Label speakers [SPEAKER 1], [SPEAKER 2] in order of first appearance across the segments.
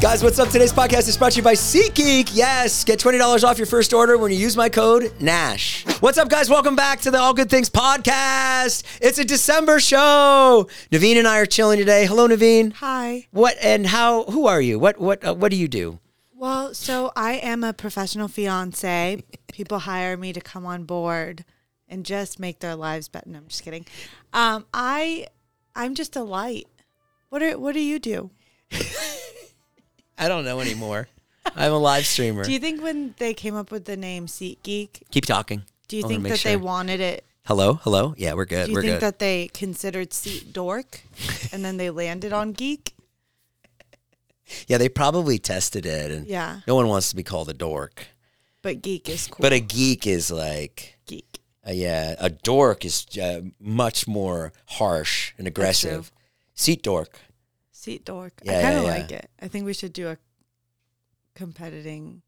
[SPEAKER 1] Guys, what's up? Today's podcast is brought to you by SeatGeek. Yes, get $20 off your first order when you use my code NASH. What's up, guys? Welcome back to the All Good Things podcast. It's a December show. Naveen and I are chilling today. Hello, Naveen.
[SPEAKER 2] Hi.
[SPEAKER 1] What and how? Who are you? What what uh, what do you do?
[SPEAKER 2] Well, so I am a professional fiance. People hire me to come on board and just make their lives better. No, I'm just kidding. Um, I I'm just a light. What are what do you do?
[SPEAKER 1] I don't know anymore. I'm a live streamer.
[SPEAKER 2] Do you think when they came up with the name SeatGeek,
[SPEAKER 1] Keep talking.
[SPEAKER 2] do
[SPEAKER 1] I
[SPEAKER 2] you
[SPEAKER 1] wanna
[SPEAKER 2] think
[SPEAKER 1] make
[SPEAKER 2] that they
[SPEAKER 1] sure.
[SPEAKER 2] wanted it?
[SPEAKER 1] Hello, hello. Yeah, we're good.
[SPEAKER 2] Do you
[SPEAKER 1] we're
[SPEAKER 2] think
[SPEAKER 1] good.
[SPEAKER 2] that they considered seat dork and then they landed on geek?
[SPEAKER 1] yeah, they probably tested it, and
[SPEAKER 2] Yeah.
[SPEAKER 1] no one wants to be called a dork.
[SPEAKER 2] But geek is cool.
[SPEAKER 1] But a geek is like
[SPEAKER 2] geek.
[SPEAKER 1] Uh, yeah, a dork is uh, much more harsh and aggressive. Seat dork.
[SPEAKER 2] Seat dork.
[SPEAKER 1] Yeah,
[SPEAKER 2] I kind of
[SPEAKER 1] yeah, yeah.
[SPEAKER 2] like it. I think we should do a competing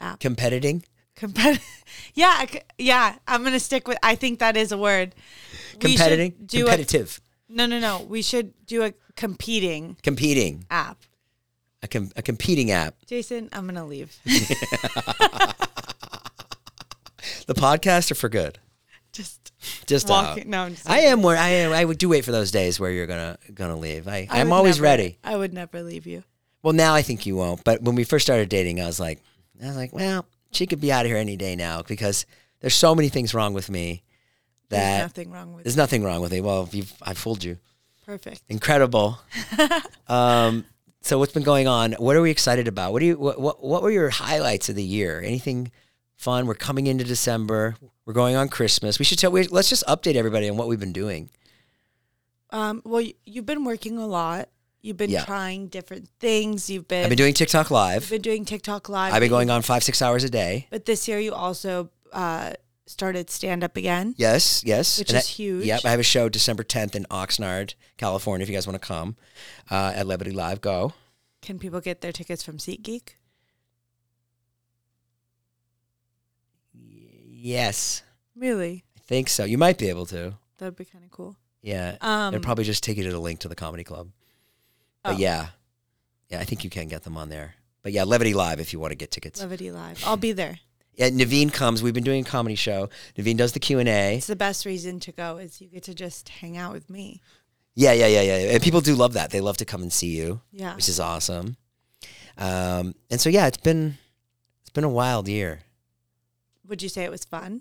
[SPEAKER 2] app.
[SPEAKER 1] Competing.
[SPEAKER 2] Compet- yeah, I c- yeah. I'm gonna stick with. I think that is a word. We should
[SPEAKER 1] Competing.
[SPEAKER 2] do a-
[SPEAKER 1] Competitive.
[SPEAKER 2] no, no, no. We should do a competing
[SPEAKER 1] Competing.
[SPEAKER 2] app.
[SPEAKER 1] A, com- a competing app.
[SPEAKER 2] Jason, I'm gonna leave.
[SPEAKER 1] The podcast are for good.
[SPEAKER 2] Just
[SPEAKER 1] Just
[SPEAKER 2] walking.
[SPEAKER 1] out.
[SPEAKER 2] No, I'm just.
[SPEAKER 1] I am where I am. I would do wait for those days where you're gonna gonna leave. I,
[SPEAKER 2] I
[SPEAKER 1] I'm
[SPEAKER 2] would
[SPEAKER 1] always
[SPEAKER 2] never-
[SPEAKER 1] ready.
[SPEAKER 2] I would never leave you.
[SPEAKER 1] Well, now I think you won't. But when we first started dating, I was like, I was like, well, she could be out of here any day now because there's so many things wrong with me
[SPEAKER 2] There's
[SPEAKER 1] that
[SPEAKER 2] nothing wrong with. it.
[SPEAKER 1] there's nothing wrong with me. Well, you've, I fooled you.
[SPEAKER 2] Perfect.
[SPEAKER 1] incredible. um, so what's been going on? What are we excited about? What do you what, what what were your highlights of the year? Anything fun? We're coming into December. We're going on Christmas. We should tell. We, let's just update everybody on what we've been doing.
[SPEAKER 2] Um. Well, y- you've been working a lot. You've been
[SPEAKER 1] Yeah.
[SPEAKER 2] trying different things. You've been.
[SPEAKER 1] I've been doing TikTok
[SPEAKER 2] you've
[SPEAKER 1] live.
[SPEAKER 2] been doing TikTok live.
[SPEAKER 1] I've been
[SPEAKER 2] but you-
[SPEAKER 1] going on five six hours a day.
[SPEAKER 2] But this year, you also uh, started stand up again.
[SPEAKER 1] Yes, yes,
[SPEAKER 2] Which
[SPEAKER 1] And
[SPEAKER 2] is
[SPEAKER 1] I-
[SPEAKER 2] huge.
[SPEAKER 1] Yep, I have a show December tenth in Oxnard, California. If you guys want to come uh, at Liberty Live, go.
[SPEAKER 2] Can people get their tickets from SeatGeek?
[SPEAKER 1] Yes,
[SPEAKER 2] Really?
[SPEAKER 1] I think so. You might be able to.
[SPEAKER 2] That'd be kind of cool.
[SPEAKER 1] Yeah,
[SPEAKER 2] Um,
[SPEAKER 1] They'll probably just take you to the link to the comedy club.
[SPEAKER 2] Oh.
[SPEAKER 1] But yeah. Yeah, I think you can get them on there. But yeah, Levity Live if you want to get tickets.
[SPEAKER 2] Levity Live. I'll be there.
[SPEAKER 1] yeah, Naveen comes. We've been doing a comedy show. Naveen does the Q&A.
[SPEAKER 2] It's the best reason to go is you get to just hang out with me.
[SPEAKER 1] Yeah, yeah, yeah, yeah. And people do love that. They love to come and see you,
[SPEAKER 2] Yeah.
[SPEAKER 1] which is awesome. Um, and so yeah, it's been it's been a wild year.
[SPEAKER 2] Would you say it was fun?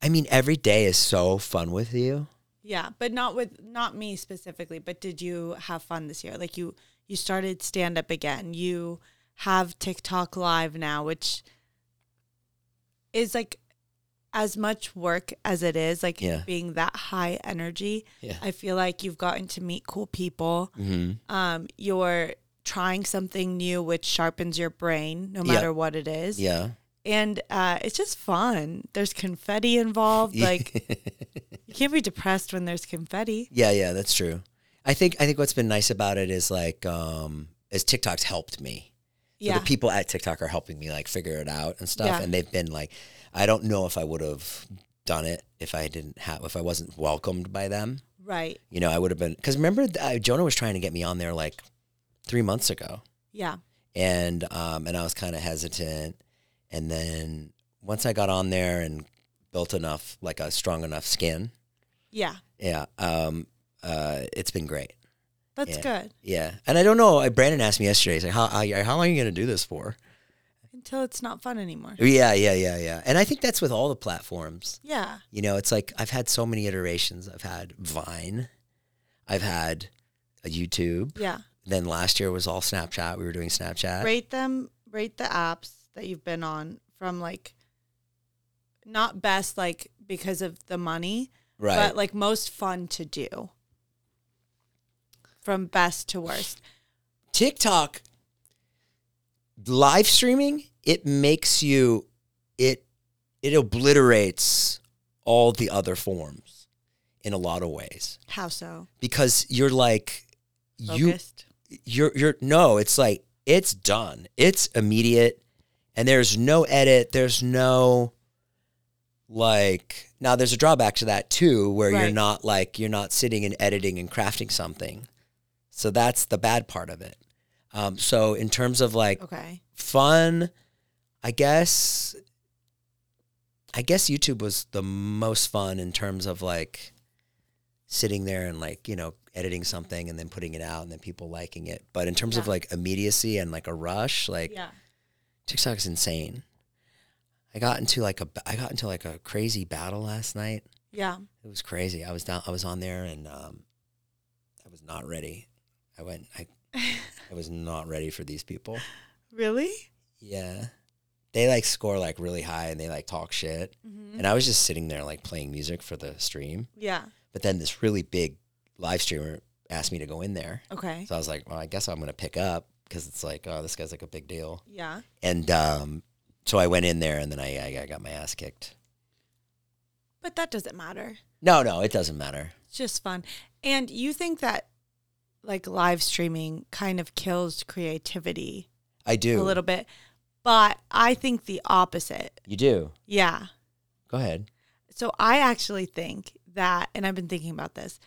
[SPEAKER 1] I mean, every day is so fun with you.
[SPEAKER 2] Yeah, but not with not me specifically, but did you have fun this year? Like you you started stand up again. You have TikTok live now, which is like as much work as it is, like
[SPEAKER 1] Yeah.
[SPEAKER 2] being that high energy.
[SPEAKER 1] Yeah.
[SPEAKER 2] I feel like you've gotten to meet cool people.
[SPEAKER 1] Mm-hmm.
[SPEAKER 2] um, you're trying something new which sharpens your brain no
[SPEAKER 1] Yeah.
[SPEAKER 2] matter what it is
[SPEAKER 1] Yeah.
[SPEAKER 2] and uh, it's just fun there's confetti involved like you can't be depressed when there's confetti
[SPEAKER 1] Yeah, yeah, that's true. I think I think what's been nice about it is like um is TikTok's helped me. So
[SPEAKER 2] yeah
[SPEAKER 1] the people at TikTok are helping me like figure it out and stuff.
[SPEAKER 2] Yeah.
[SPEAKER 1] And they've been like, I don't know if I would have done it if I didn't have if I wasn't welcomed by them.
[SPEAKER 2] right
[SPEAKER 1] You know, I would have been because remember th- uh, Jonah was trying to get me on there like three months ago,
[SPEAKER 2] yeah
[SPEAKER 1] and um and I was kind of hesitant. And then once I got on there and built enough like a strong enough skin,
[SPEAKER 2] yeah
[SPEAKER 1] yeah, um, uh, it's been great.
[SPEAKER 2] that's good
[SPEAKER 1] Yeah, and I don't know. uh, Brandon asked me yesterday. He's like, "How how, how long are you going to do this for?"
[SPEAKER 2] until it's not fun anymore
[SPEAKER 1] Yeah, yeah, yeah, yeah. And I think that's with all the platforms.
[SPEAKER 2] yeah
[SPEAKER 1] You know, it's like I've had so many iterations. I've had Vine, I've had a YouTube.
[SPEAKER 2] yeah
[SPEAKER 1] Then last year was all Snapchat. We were doing Snapchat.
[SPEAKER 2] rate them rate the apps that you've been on from like not best like because of the money
[SPEAKER 1] Right.
[SPEAKER 2] but like most fun to do from best to worst
[SPEAKER 1] TikTok live streaming, it makes you it it obliterates all the other forms in a lot of ways
[SPEAKER 2] How so?
[SPEAKER 1] because you're like you
[SPEAKER 2] Focused.
[SPEAKER 1] you're you're no it's like it's done it's immediate and there's no edit there's no like now there's a drawback to that too where you're
[SPEAKER 2] Right.
[SPEAKER 1] not like you're not sitting and editing and crafting something so that's the bad part of it Um, so in terms of like
[SPEAKER 2] Okay.
[SPEAKER 1] fun, I guess. I guess YouTube was the most fun in terms of like sitting there and like you know editing something and then putting it out and then people liking it. But in terms of
[SPEAKER 2] Yeah.
[SPEAKER 1] like immediacy and like a rush, like
[SPEAKER 2] yeah.
[SPEAKER 1] TikTok is insane. I got into like a I got into like a crazy battle last night.
[SPEAKER 2] Yeah.
[SPEAKER 1] It was crazy. I was down. I was on there, and um, I was not ready. I went. I I was not ready for these people.
[SPEAKER 2] Really?
[SPEAKER 1] Yeah, they like score like really high, and they like talk shit.
[SPEAKER 2] Mm-hmm.
[SPEAKER 1] And I was just sitting there like playing music for the stream.
[SPEAKER 2] Yeah.
[SPEAKER 1] But then this really big live streamer asked me to go in there,
[SPEAKER 2] Okay.
[SPEAKER 1] so I was like, well, I guess I'm gonna pick up because it's like, oh, this guy's like a big deal.
[SPEAKER 2] Yeah.
[SPEAKER 1] And um, so I went in there, and then I, I I got my ass kicked.
[SPEAKER 2] But that doesn't matter.
[SPEAKER 1] No, no, it doesn't matter.
[SPEAKER 2] It's just fun. And you think that like live streaming kind of kills creativity
[SPEAKER 1] I do.
[SPEAKER 2] a little bit. But I think the opposite.
[SPEAKER 1] You do.
[SPEAKER 2] Yeah.
[SPEAKER 1] Go ahead.
[SPEAKER 2] So I actually think that, and I've been thinking about this,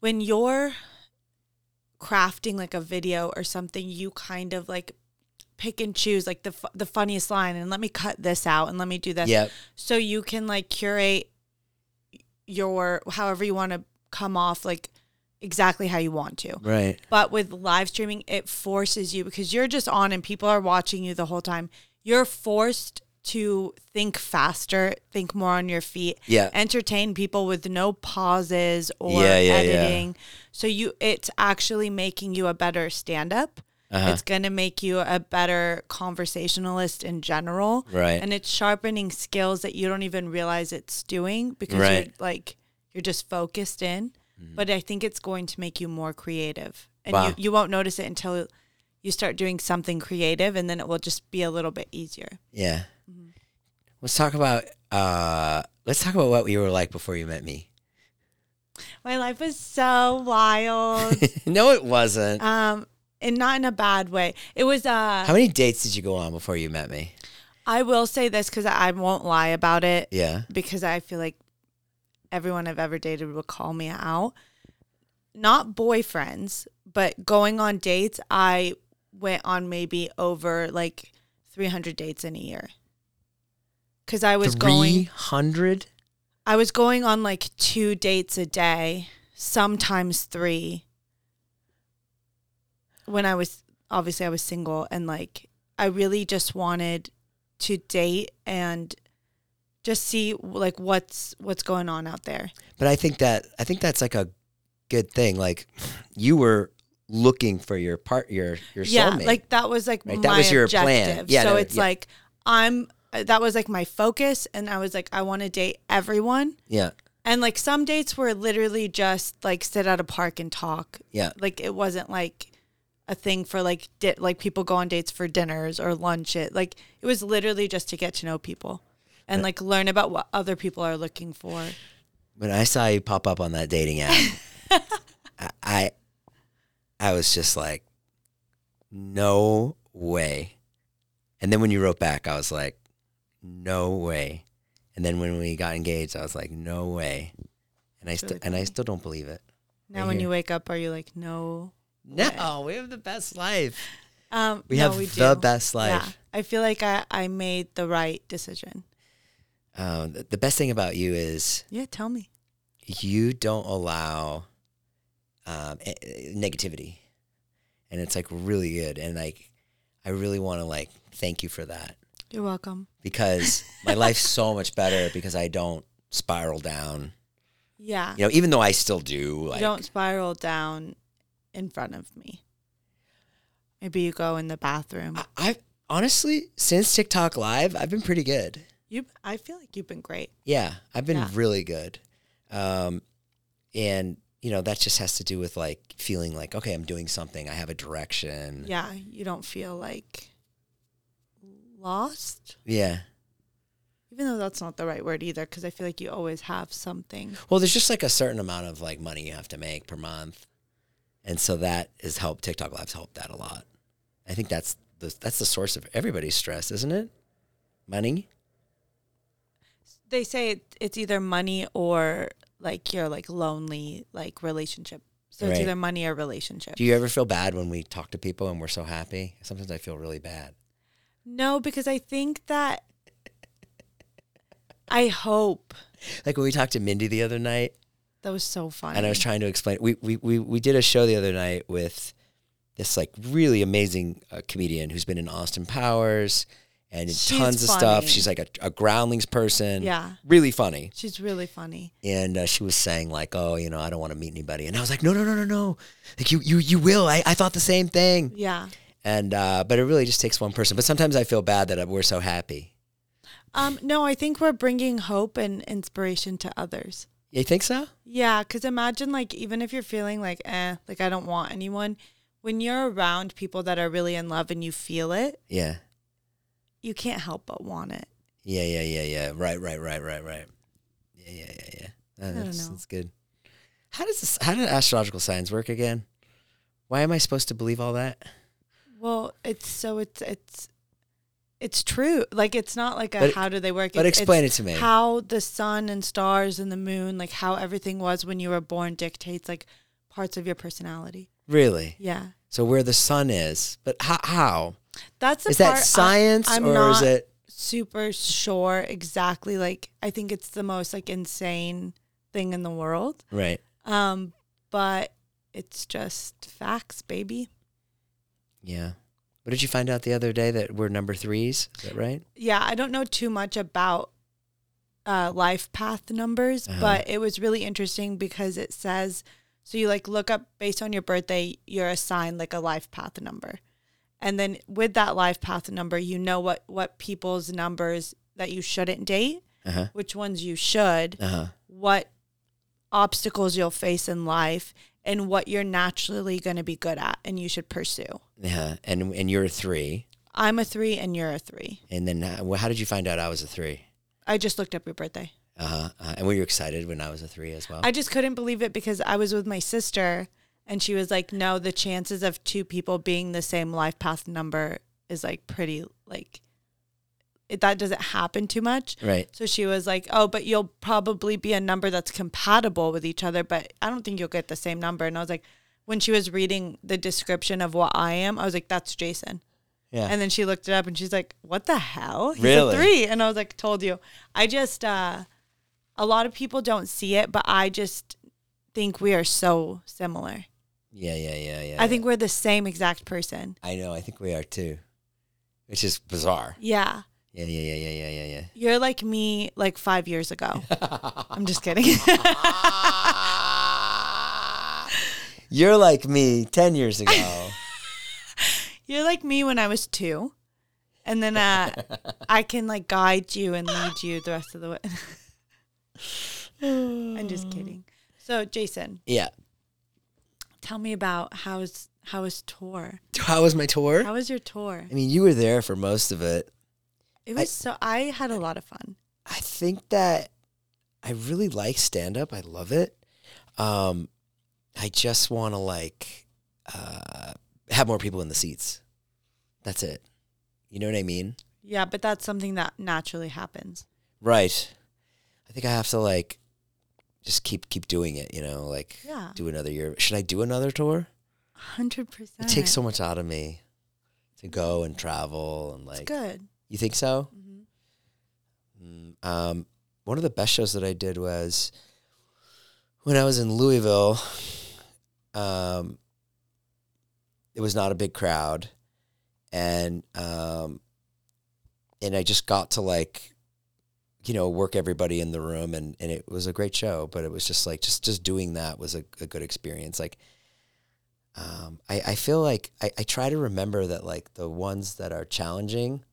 [SPEAKER 2] when you're crafting like a video or something, you kind of like pick and choose like the fu- the funniest line, and let me cut this out, and let me do this,
[SPEAKER 1] Yep.
[SPEAKER 2] so you can like curate your however you want to come off like exactly how you want to.
[SPEAKER 1] Right.
[SPEAKER 2] But with live streaming, it forces you because you're just on and people are watching you the whole time. You're forced to think faster, think more on your feet,
[SPEAKER 1] Yeah.
[SPEAKER 2] entertain people with no pauses or
[SPEAKER 1] Yeah, yeah, yeah.
[SPEAKER 2] editing. So you it's actually making you a better stand up.
[SPEAKER 1] Uh-huh.
[SPEAKER 2] It's going to make you a better conversationalist in general.
[SPEAKER 1] Right.
[SPEAKER 2] And it's sharpening skills that you don't even realize it's doing because you're
[SPEAKER 1] Right. Mm-hmm.
[SPEAKER 2] like you're just focused in. But I think it's going to make you more creative. And
[SPEAKER 1] Wow.
[SPEAKER 2] you, you won't notice it until you start doing something creative and then it will just be a little bit easier.
[SPEAKER 1] Yeah.
[SPEAKER 2] Mm-hmm.
[SPEAKER 1] Let's talk about uh let's talk about what you were like before you met me.
[SPEAKER 2] My life was so wild.
[SPEAKER 1] no, it wasn't.
[SPEAKER 2] um and not in a bad way it was uh
[SPEAKER 1] How many dates did you go on before you met me?
[SPEAKER 2] i will say this because i won't lie about it
[SPEAKER 1] Yeah.
[SPEAKER 2] because i feel like everyone i've ever dated will call me out not boyfriends but going on dates i went on maybe over like 300 dates in a year because i was going
[SPEAKER 1] 300?
[SPEAKER 2] i was going on like two dates a day sometimes three when I was obviously I was single and like I really just wanted to date and just see like what's what's going on out there.
[SPEAKER 1] But I think that I think that's like a good thing. Like you were looking for your part your your
[SPEAKER 2] yeah,
[SPEAKER 1] soulmate.
[SPEAKER 2] like that was like
[SPEAKER 1] Right,
[SPEAKER 2] my
[SPEAKER 1] that was your
[SPEAKER 2] objective.
[SPEAKER 1] plan. Yeah,
[SPEAKER 2] so
[SPEAKER 1] that-
[SPEAKER 2] it's
[SPEAKER 1] yeah.
[SPEAKER 2] like I'm that was like my focus and I was like I want to date everyone.
[SPEAKER 1] yeah.
[SPEAKER 2] And like some dates were literally just like sit at a park and talk.
[SPEAKER 1] Yeah.
[SPEAKER 2] Like it wasn't like a thing for like di- like people go on dates for dinners or lunch. It like it was literally just to get to know people and like learn about what other people are looking for.
[SPEAKER 1] When I saw you pop up on that dating app, I, I I was just like, no way. And then when you wrote back, I was like, no way. And then when we got engaged, I was like, no way. And I
[SPEAKER 2] It's
[SPEAKER 1] still
[SPEAKER 2] really
[SPEAKER 1] and I
[SPEAKER 2] funny.
[SPEAKER 1] still don't believe it.
[SPEAKER 2] Now
[SPEAKER 1] Right
[SPEAKER 2] when
[SPEAKER 1] here.
[SPEAKER 2] you wake up, are you like no?
[SPEAKER 1] No, we have the best life.
[SPEAKER 2] Um,
[SPEAKER 1] We
[SPEAKER 2] no,
[SPEAKER 1] have
[SPEAKER 2] we
[SPEAKER 1] the
[SPEAKER 2] do.
[SPEAKER 1] best
[SPEAKER 2] Yeah,
[SPEAKER 1] life.
[SPEAKER 2] I feel like I I made the right decision.
[SPEAKER 1] Um, the, the best thing about you is
[SPEAKER 2] Yeah, tell me.
[SPEAKER 1] you don't allow um, e- e- negativity, and it's like really good. And like, I really want to like thank you for that.
[SPEAKER 2] You're welcome.
[SPEAKER 1] because my life's so much better because I don't spiral down.
[SPEAKER 2] Yeah,
[SPEAKER 1] You know, even though I still do, like
[SPEAKER 2] you don't spiral down in front of me. Maybe you go in the bathroom.
[SPEAKER 1] I, I honestly, since TikTok Live, I've been pretty good.
[SPEAKER 2] You, I feel like you've been great.
[SPEAKER 1] Yeah, I've been
[SPEAKER 2] Yeah.
[SPEAKER 1] really good. Um, and you know, that just has to do with like feeling like okay, I'm doing something. I have a direction.
[SPEAKER 2] Yeah, you don't feel like lost,
[SPEAKER 1] Yeah.
[SPEAKER 2] even though that's not the right word either, because I feel like you always have something.
[SPEAKER 1] Well, there's just like a certain amount of like money you have to make per month, and so that has helped. TikTok Live's helped that a lot. I think that's the that's the source of everybody's stress, isn't it? Money.
[SPEAKER 2] They say it, it's either money or like your like lonely like relationship So
[SPEAKER 1] Right.
[SPEAKER 2] it's either money or relationship.
[SPEAKER 1] Do you ever feel bad when we talk to people and we're so happy? Sometimes I feel really bad.
[SPEAKER 2] no, because I think that I hope
[SPEAKER 1] Like when we talked to Mindy the other night,
[SPEAKER 2] that was so funny.
[SPEAKER 1] and I was trying to explain. We we we we did a show the other night with this like really amazing uh, comedian who's been in Austin Powers and in
[SPEAKER 2] She's
[SPEAKER 1] tons of stuff.
[SPEAKER 2] funny.
[SPEAKER 1] She's like a, a groundlings person.
[SPEAKER 2] Yeah.
[SPEAKER 1] really funny.
[SPEAKER 2] She's really funny.
[SPEAKER 1] and uh, she was saying like, "Oh, you know, I don't want to meet anybody," and I was like, "No, no, no, no, no! Like you, you, you will." I, I thought the same thing,
[SPEAKER 2] Yeah.
[SPEAKER 1] and uh, but it really just takes one person. But sometimes I feel bad that we're so happy.
[SPEAKER 2] Um, no, I think we're bringing hope and inspiration to others.
[SPEAKER 1] You think so?
[SPEAKER 2] Yeah, because imagine like even if you're feeling like eh, like I don't want anyone, when you're around people that are really in love and you feel it,
[SPEAKER 1] Yeah,
[SPEAKER 2] you can't help but want it.
[SPEAKER 1] yeah, yeah, yeah, yeah. Right, right, right, right, right. Yeah, yeah, yeah, yeah. Uh,
[SPEAKER 2] don't
[SPEAKER 1] that's,
[SPEAKER 2] know.
[SPEAKER 1] that's good. How does this, how do astrological signs work again? Why am I supposed to believe all that?
[SPEAKER 2] Well, it's so it's it's it's true. Like it's not like a
[SPEAKER 1] But-
[SPEAKER 2] how do they work?
[SPEAKER 1] but
[SPEAKER 2] It's-
[SPEAKER 1] explain
[SPEAKER 2] it's
[SPEAKER 1] it to me.
[SPEAKER 2] How the sun and stars and the moon, like how everything was when you were born, dictates like parts of your personality.
[SPEAKER 1] Really?
[SPEAKER 2] Yeah,
[SPEAKER 1] So where the sun is, but how? how?
[SPEAKER 2] that's the
[SPEAKER 1] Is that
[SPEAKER 2] part I-
[SPEAKER 1] science
[SPEAKER 2] I'm
[SPEAKER 1] or is
[SPEAKER 2] not-
[SPEAKER 1] it?
[SPEAKER 2] super sure exactly like I think it's the most like insane thing in the world.
[SPEAKER 1] Right.
[SPEAKER 2] Um but it's just facts, baby.
[SPEAKER 1] Yeah. What did you find out the other day that we're number threes? Is that right?
[SPEAKER 2] Yeah, I don't know too much about uh life path numbers,
[SPEAKER 1] Uh-huh.
[SPEAKER 2] but it was really interesting because it says so you like look up based on your birthday, you're assigned like a life path number. And then with that life path number, you know what what people's numbers that you shouldn't date,
[SPEAKER 1] Uh huh.
[SPEAKER 2] which ones you should.
[SPEAKER 1] Uh huh.
[SPEAKER 2] what obstacles you'll face in life and what you're naturally going to be good at and you should pursue.
[SPEAKER 1] Yeah. And and you're a three.
[SPEAKER 2] I'm a three and you're a three.
[SPEAKER 1] And then how, well, how did you find out I was a three?
[SPEAKER 2] I just looked up your birthday.
[SPEAKER 1] Uh huh. Uh, and were you excited when I was a three as well?
[SPEAKER 2] I just couldn't believe it because I was with my sister and she was like, no, the chances of two people being the same life path number is like pretty, like, it, that doesn't happen too much.
[SPEAKER 1] right.
[SPEAKER 2] So she was like, "Oh, but you'll probably be a number that's compatible with each other, but I don't think you'll get the same number." And I was like, when she was reading the description of what I am, I was like, "That's Jason."
[SPEAKER 1] Yeah.
[SPEAKER 2] And then she looked it up and she's like, "What the hell? He's
[SPEAKER 1] Really?
[SPEAKER 2] a 3." And I was like, "Told you." I just uh a lot of people don't see it, but I just think we are so similar.
[SPEAKER 1] yeah. Yeah. Yeah. Yeah.
[SPEAKER 2] I think we're the same exact person.
[SPEAKER 1] I know. I think we are too. Which is bizarre.
[SPEAKER 2] Yeah.
[SPEAKER 1] Yeah. Yeah. Yeah. Yeah. Yeah. Yeah. Yeah.
[SPEAKER 2] You're like me like 5 years ago. I'm just kidding.
[SPEAKER 1] You're like me ten years ago.
[SPEAKER 2] You're like me when I was two. And then uh, I can like guide you and lead you the rest of the way. I'm just kidding. So Jason,
[SPEAKER 1] yeah.
[SPEAKER 2] tell me about how's how was tour?
[SPEAKER 1] How was my tour?
[SPEAKER 2] How was your tour?
[SPEAKER 1] I mean, you were there for most of it.
[SPEAKER 2] It was so I had a lot of fun.
[SPEAKER 1] I think that I really like stand up. I love it. Um, I just want to like uh, have more people in the seats. That's it. You know what I mean?
[SPEAKER 2] Yeah, but that's something that naturally happens.
[SPEAKER 1] Right. I think I have to like just keep keep doing it. You know, like
[SPEAKER 2] Yeah.
[SPEAKER 1] do another year. Should I do another tour?
[SPEAKER 2] Hundred
[SPEAKER 1] It
[SPEAKER 2] percent.
[SPEAKER 1] takes so much out of me to go and travel and
[SPEAKER 2] It's
[SPEAKER 1] like.
[SPEAKER 2] good.
[SPEAKER 1] You think so?
[SPEAKER 2] hmm
[SPEAKER 1] Mm, Um, one of the best shows that I did was when I was in Louisville. Um, it was not a big crowd, and um, and I just got to like, you know, work everybody in the room, and and it was a great show. But it was just like just just doing that was a, a good experience. Like, um, I I feel like I, I try to remember that like the ones that are challenging,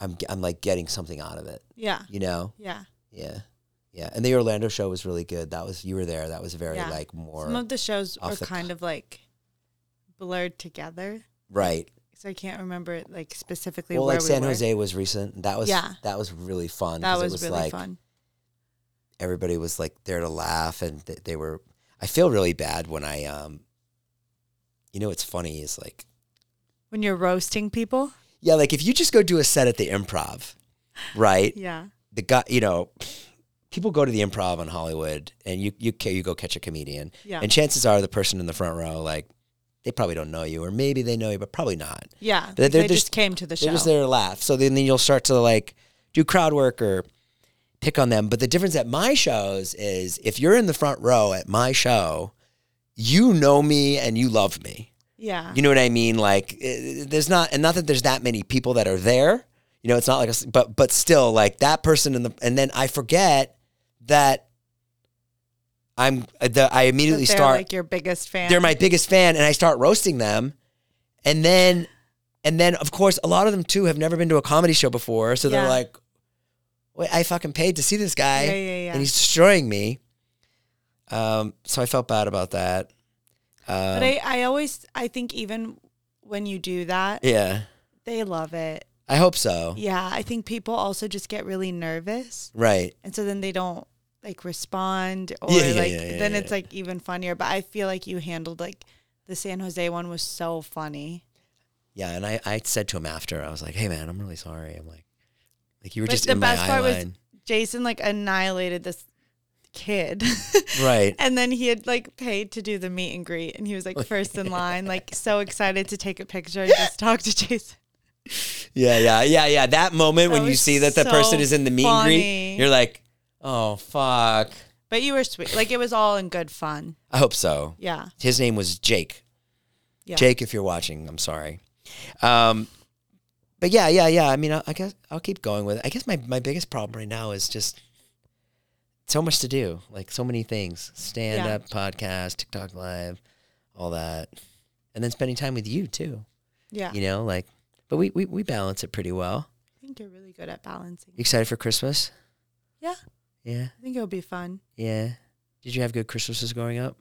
[SPEAKER 1] I'm I'm like getting something out of it.
[SPEAKER 2] Yeah.
[SPEAKER 1] You know?
[SPEAKER 2] Yeah.
[SPEAKER 1] Yeah. Yeah. And the Orlando show was really good. That was you were there. That was very
[SPEAKER 2] Yeah.
[SPEAKER 1] like more
[SPEAKER 2] Some of the shows
[SPEAKER 1] off
[SPEAKER 2] are
[SPEAKER 1] the cu-
[SPEAKER 2] kind of like blurred together.
[SPEAKER 1] right.
[SPEAKER 2] So I can't remember it like specifically
[SPEAKER 1] Well,
[SPEAKER 2] where
[SPEAKER 1] like
[SPEAKER 2] we
[SPEAKER 1] San
[SPEAKER 2] were.
[SPEAKER 1] Jose was recent. and That was
[SPEAKER 2] Yeah.
[SPEAKER 1] that was really fun.
[SPEAKER 2] That
[SPEAKER 1] 'cause
[SPEAKER 2] was,
[SPEAKER 1] it was
[SPEAKER 2] really
[SPEAKER 1] like
[SPEAKER 2] fun.
[SPEAKER 1] everybody was like there to laugh and th- they were I feel really bad when I um you know what's funny is like
[SPEAKER 2] When you're roasting people.
[SPEAKER 1] yeah, like if you just go do a set at the improv, right?
[SPEAKER 2] Yeah.
[SPEAKER 1] The guy, you know, people go to the improv in Hollywood and you you ca- you go catch a comedian.
[SPEAKER 2] Yeah.
[SPEAKER 1] And chances are the person in the front row like they probably don't know you or maybe they know you but probably not.
[SPEAKER 2] Yeah.
[SPEAKER 1] They're-
[SPEAKER 2] like
[SPEAKER 1] they're
[SPEAKER 2] they
[SPEAKER 1] just-
[SPEAKER 2] just, came to the show.
[SPEAKER 1] They're just there to laugh. So then, then you'll start to like do crowd work or pick on them. But the difference at my shows is if you're in the front row at my show, you know me and you love me.
[SPEAKER 2] yeah.
[SPEAKER 1] You know what I mean? Like eh, there's not, and not that there's that many people that are there. You know, it's not like a, s- but but still, like that person in the, and then I forget that I'm the I
[SPEAKER 2] That
[SPEAKER 1] immediately
[SPEAKER 2] they're
[SPEAKER 1] start
[SPEAKER 2] like your biggest fan.
[SPEAKER 1] they're my biggest fan and I start roasting them and then and then of course a lot of them too have never been to a comedy show before so they're
[SPEAKER 2] Yeah.
[SPEAKER 1] like wait I fucking paid to see this guy
[SPEAKER 2] Yeah, yeah, yeah.
[SPEAKER 1] and he's destroying me um so I felt bad about that um,
[SPEAKER 2] but I, I always I think even when you do that,
[SPEAKER 1] yeah
[SPEAKER 2] they love it.
[SPEAKER 1] I hope so
[SPEAKER 2] Yeah. I think people also just get really nervous.
[SPEAKER 1] right
[SPEAKER 2] And so then they don't like respond or
[SPEAKER 1] Yeah, yeah,
[SPEAKER 2] like
[SPEAKER 1] yeah, yeah,
[SPEAKER 2] then
[SPEAKER 1] yeah.
[SPEAKER 2] it's like even funnier. But I feel like you handled like the San Jose one was so funny.
[SPEAKER 1] yeah and I I said to him after I was like hey man I'm really sorry I'm like like you were
[SPEAKER 2] But
[SPEAKER 1] just
[SPEAKER 2] the
[SPEAKER 1] in my
[SPEAKER 2] best
[SPEAKER 1] eye
[SPEAKER 2] part was-
[SPEAKER 1] line
[SPEAKER 2] Jason like annihilated this kid.
[SPEAKER 1] right
[SPEAKER 2] And then he had like paid to do the meet and greet, and he was like first in line, like so excited to take a picture and just talk to Jason.
[SPEAKER 1] Yeah, yeah, yeah, yeah. That moment
[SPEAKER 2] That
[SPEAKER 1] when you
[SPEAKER 2] was
[SPEAKER 1] see that the
[SPEAKER 2] so
[SPEAKER 1] person is in the meet and greet,
[SPEAKER 2] funny.
[SPEAKER 1] you're like, oh, fuck.
[SPEAKER 2] But you were sweet, like it was all in good fun.
[SPEAKER 1] I hope so.
[SPEAKER 2] Yeah,
[SPEAKER 1] His name was Jake.
[SPEAKER 2] yeah.
[SPEAKER 1] Jake, if you're watching, I'm sorry. Um, but yeah, yeah, yeah. I mean, I, I guess I'll keep going with it. I guess my, my biggest problem right now is just so much to do, like so many things stand
[SPEAKER 2] Yeah.
[SPEAKER 1] up, podcast, TikTok live, all that. And then spending time with you too,
[SPEAKER 2] yeah.
[SPEAKER 1] you know, like, but we, we, we balance it pretty well.
[SPEAKER 2] I think you're really good at balancing.
[SPEAKER 1] You excited for Christmas?
[SPEAKER 2] Yeah.
[SPEAKER 1] Yeah.
[SPEAKER 2] I think it'll be fun.
[SPEAKER 1] Yeah. Did you have good Christmases growing up?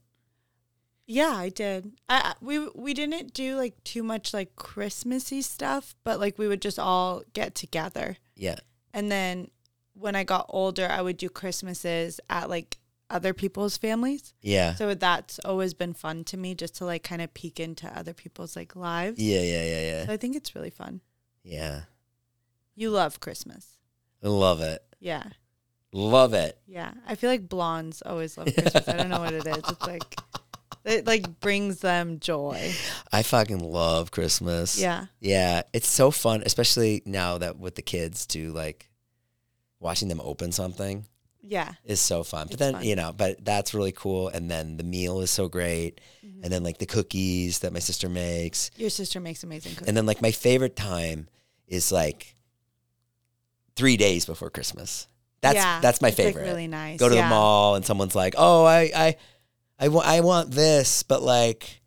[SPEAKER 2] Yeah, I did. I, I we we didn't do like too much like Christmassy stuff, but like we would just all get together.
[SPEAKER 1] Yeah.
[SPEAKER 2] And then when I got older, I would do Christmases at like other people's families.
[SPEAKER 1] Yeah.
[SPEAKER 2] So that's always been fun to me just to like kind of peek into other people's like lives.
[SPEAKER 1] Yeah, yeah, yeah,
[SPEAKER 2] So
[SPEAKER 1] yeah.
[SPEAKER 2] I think it's really fun.
[SPEAKER 1] Yeah.
[SPEAKER 2] You love Christmas.
[SPEAKER 1] I Love it.
[SPEAKER 2] Yeah.
[SPEAKER 1] Love it.
[SPEAKER 2] Yeah. I feel like blondes always love Christmas. I don't know what it is. It's like it like brings them joy.
[SPEAKER 1] I fucking love Christmas.
[SPEAKER 2] Yeah.
[SPEAKER 1] Yeah. It's so fun, especially now that with the kids to like watching them open something
[SPEAKER 2] Yeah.
[SPEAKER 1] is so fun. But
[SPEAKER 2] It's
[SPEAKER 1] then,
[SPEAKER 2] fun.
[SPEAKER 1] you know, but that's really cool. And then the meal is so great.
[SPEAKER 2] Mm-hmm.
[SPEAKER 1] And then like the cookies that my sister makes.
[SPEAKER 2] Your sister makes amazing cookies.
[SPEAKER 1] And then like my favorite time is like three days before Christmas. That's
[SPEAKER 2] Yeah.
[SPEAKER 1] that's my
[SPEAKER 2] It's, like,
[SPEAKER 1] favorite.
[SPEAKER 2] really nice.
[SPEAKER 1] go to
[SPEAKER 2] Yeah.
[SPEAKER 1] the mall and someone's like, "Oh, I, I, I, wa- I want this," but like,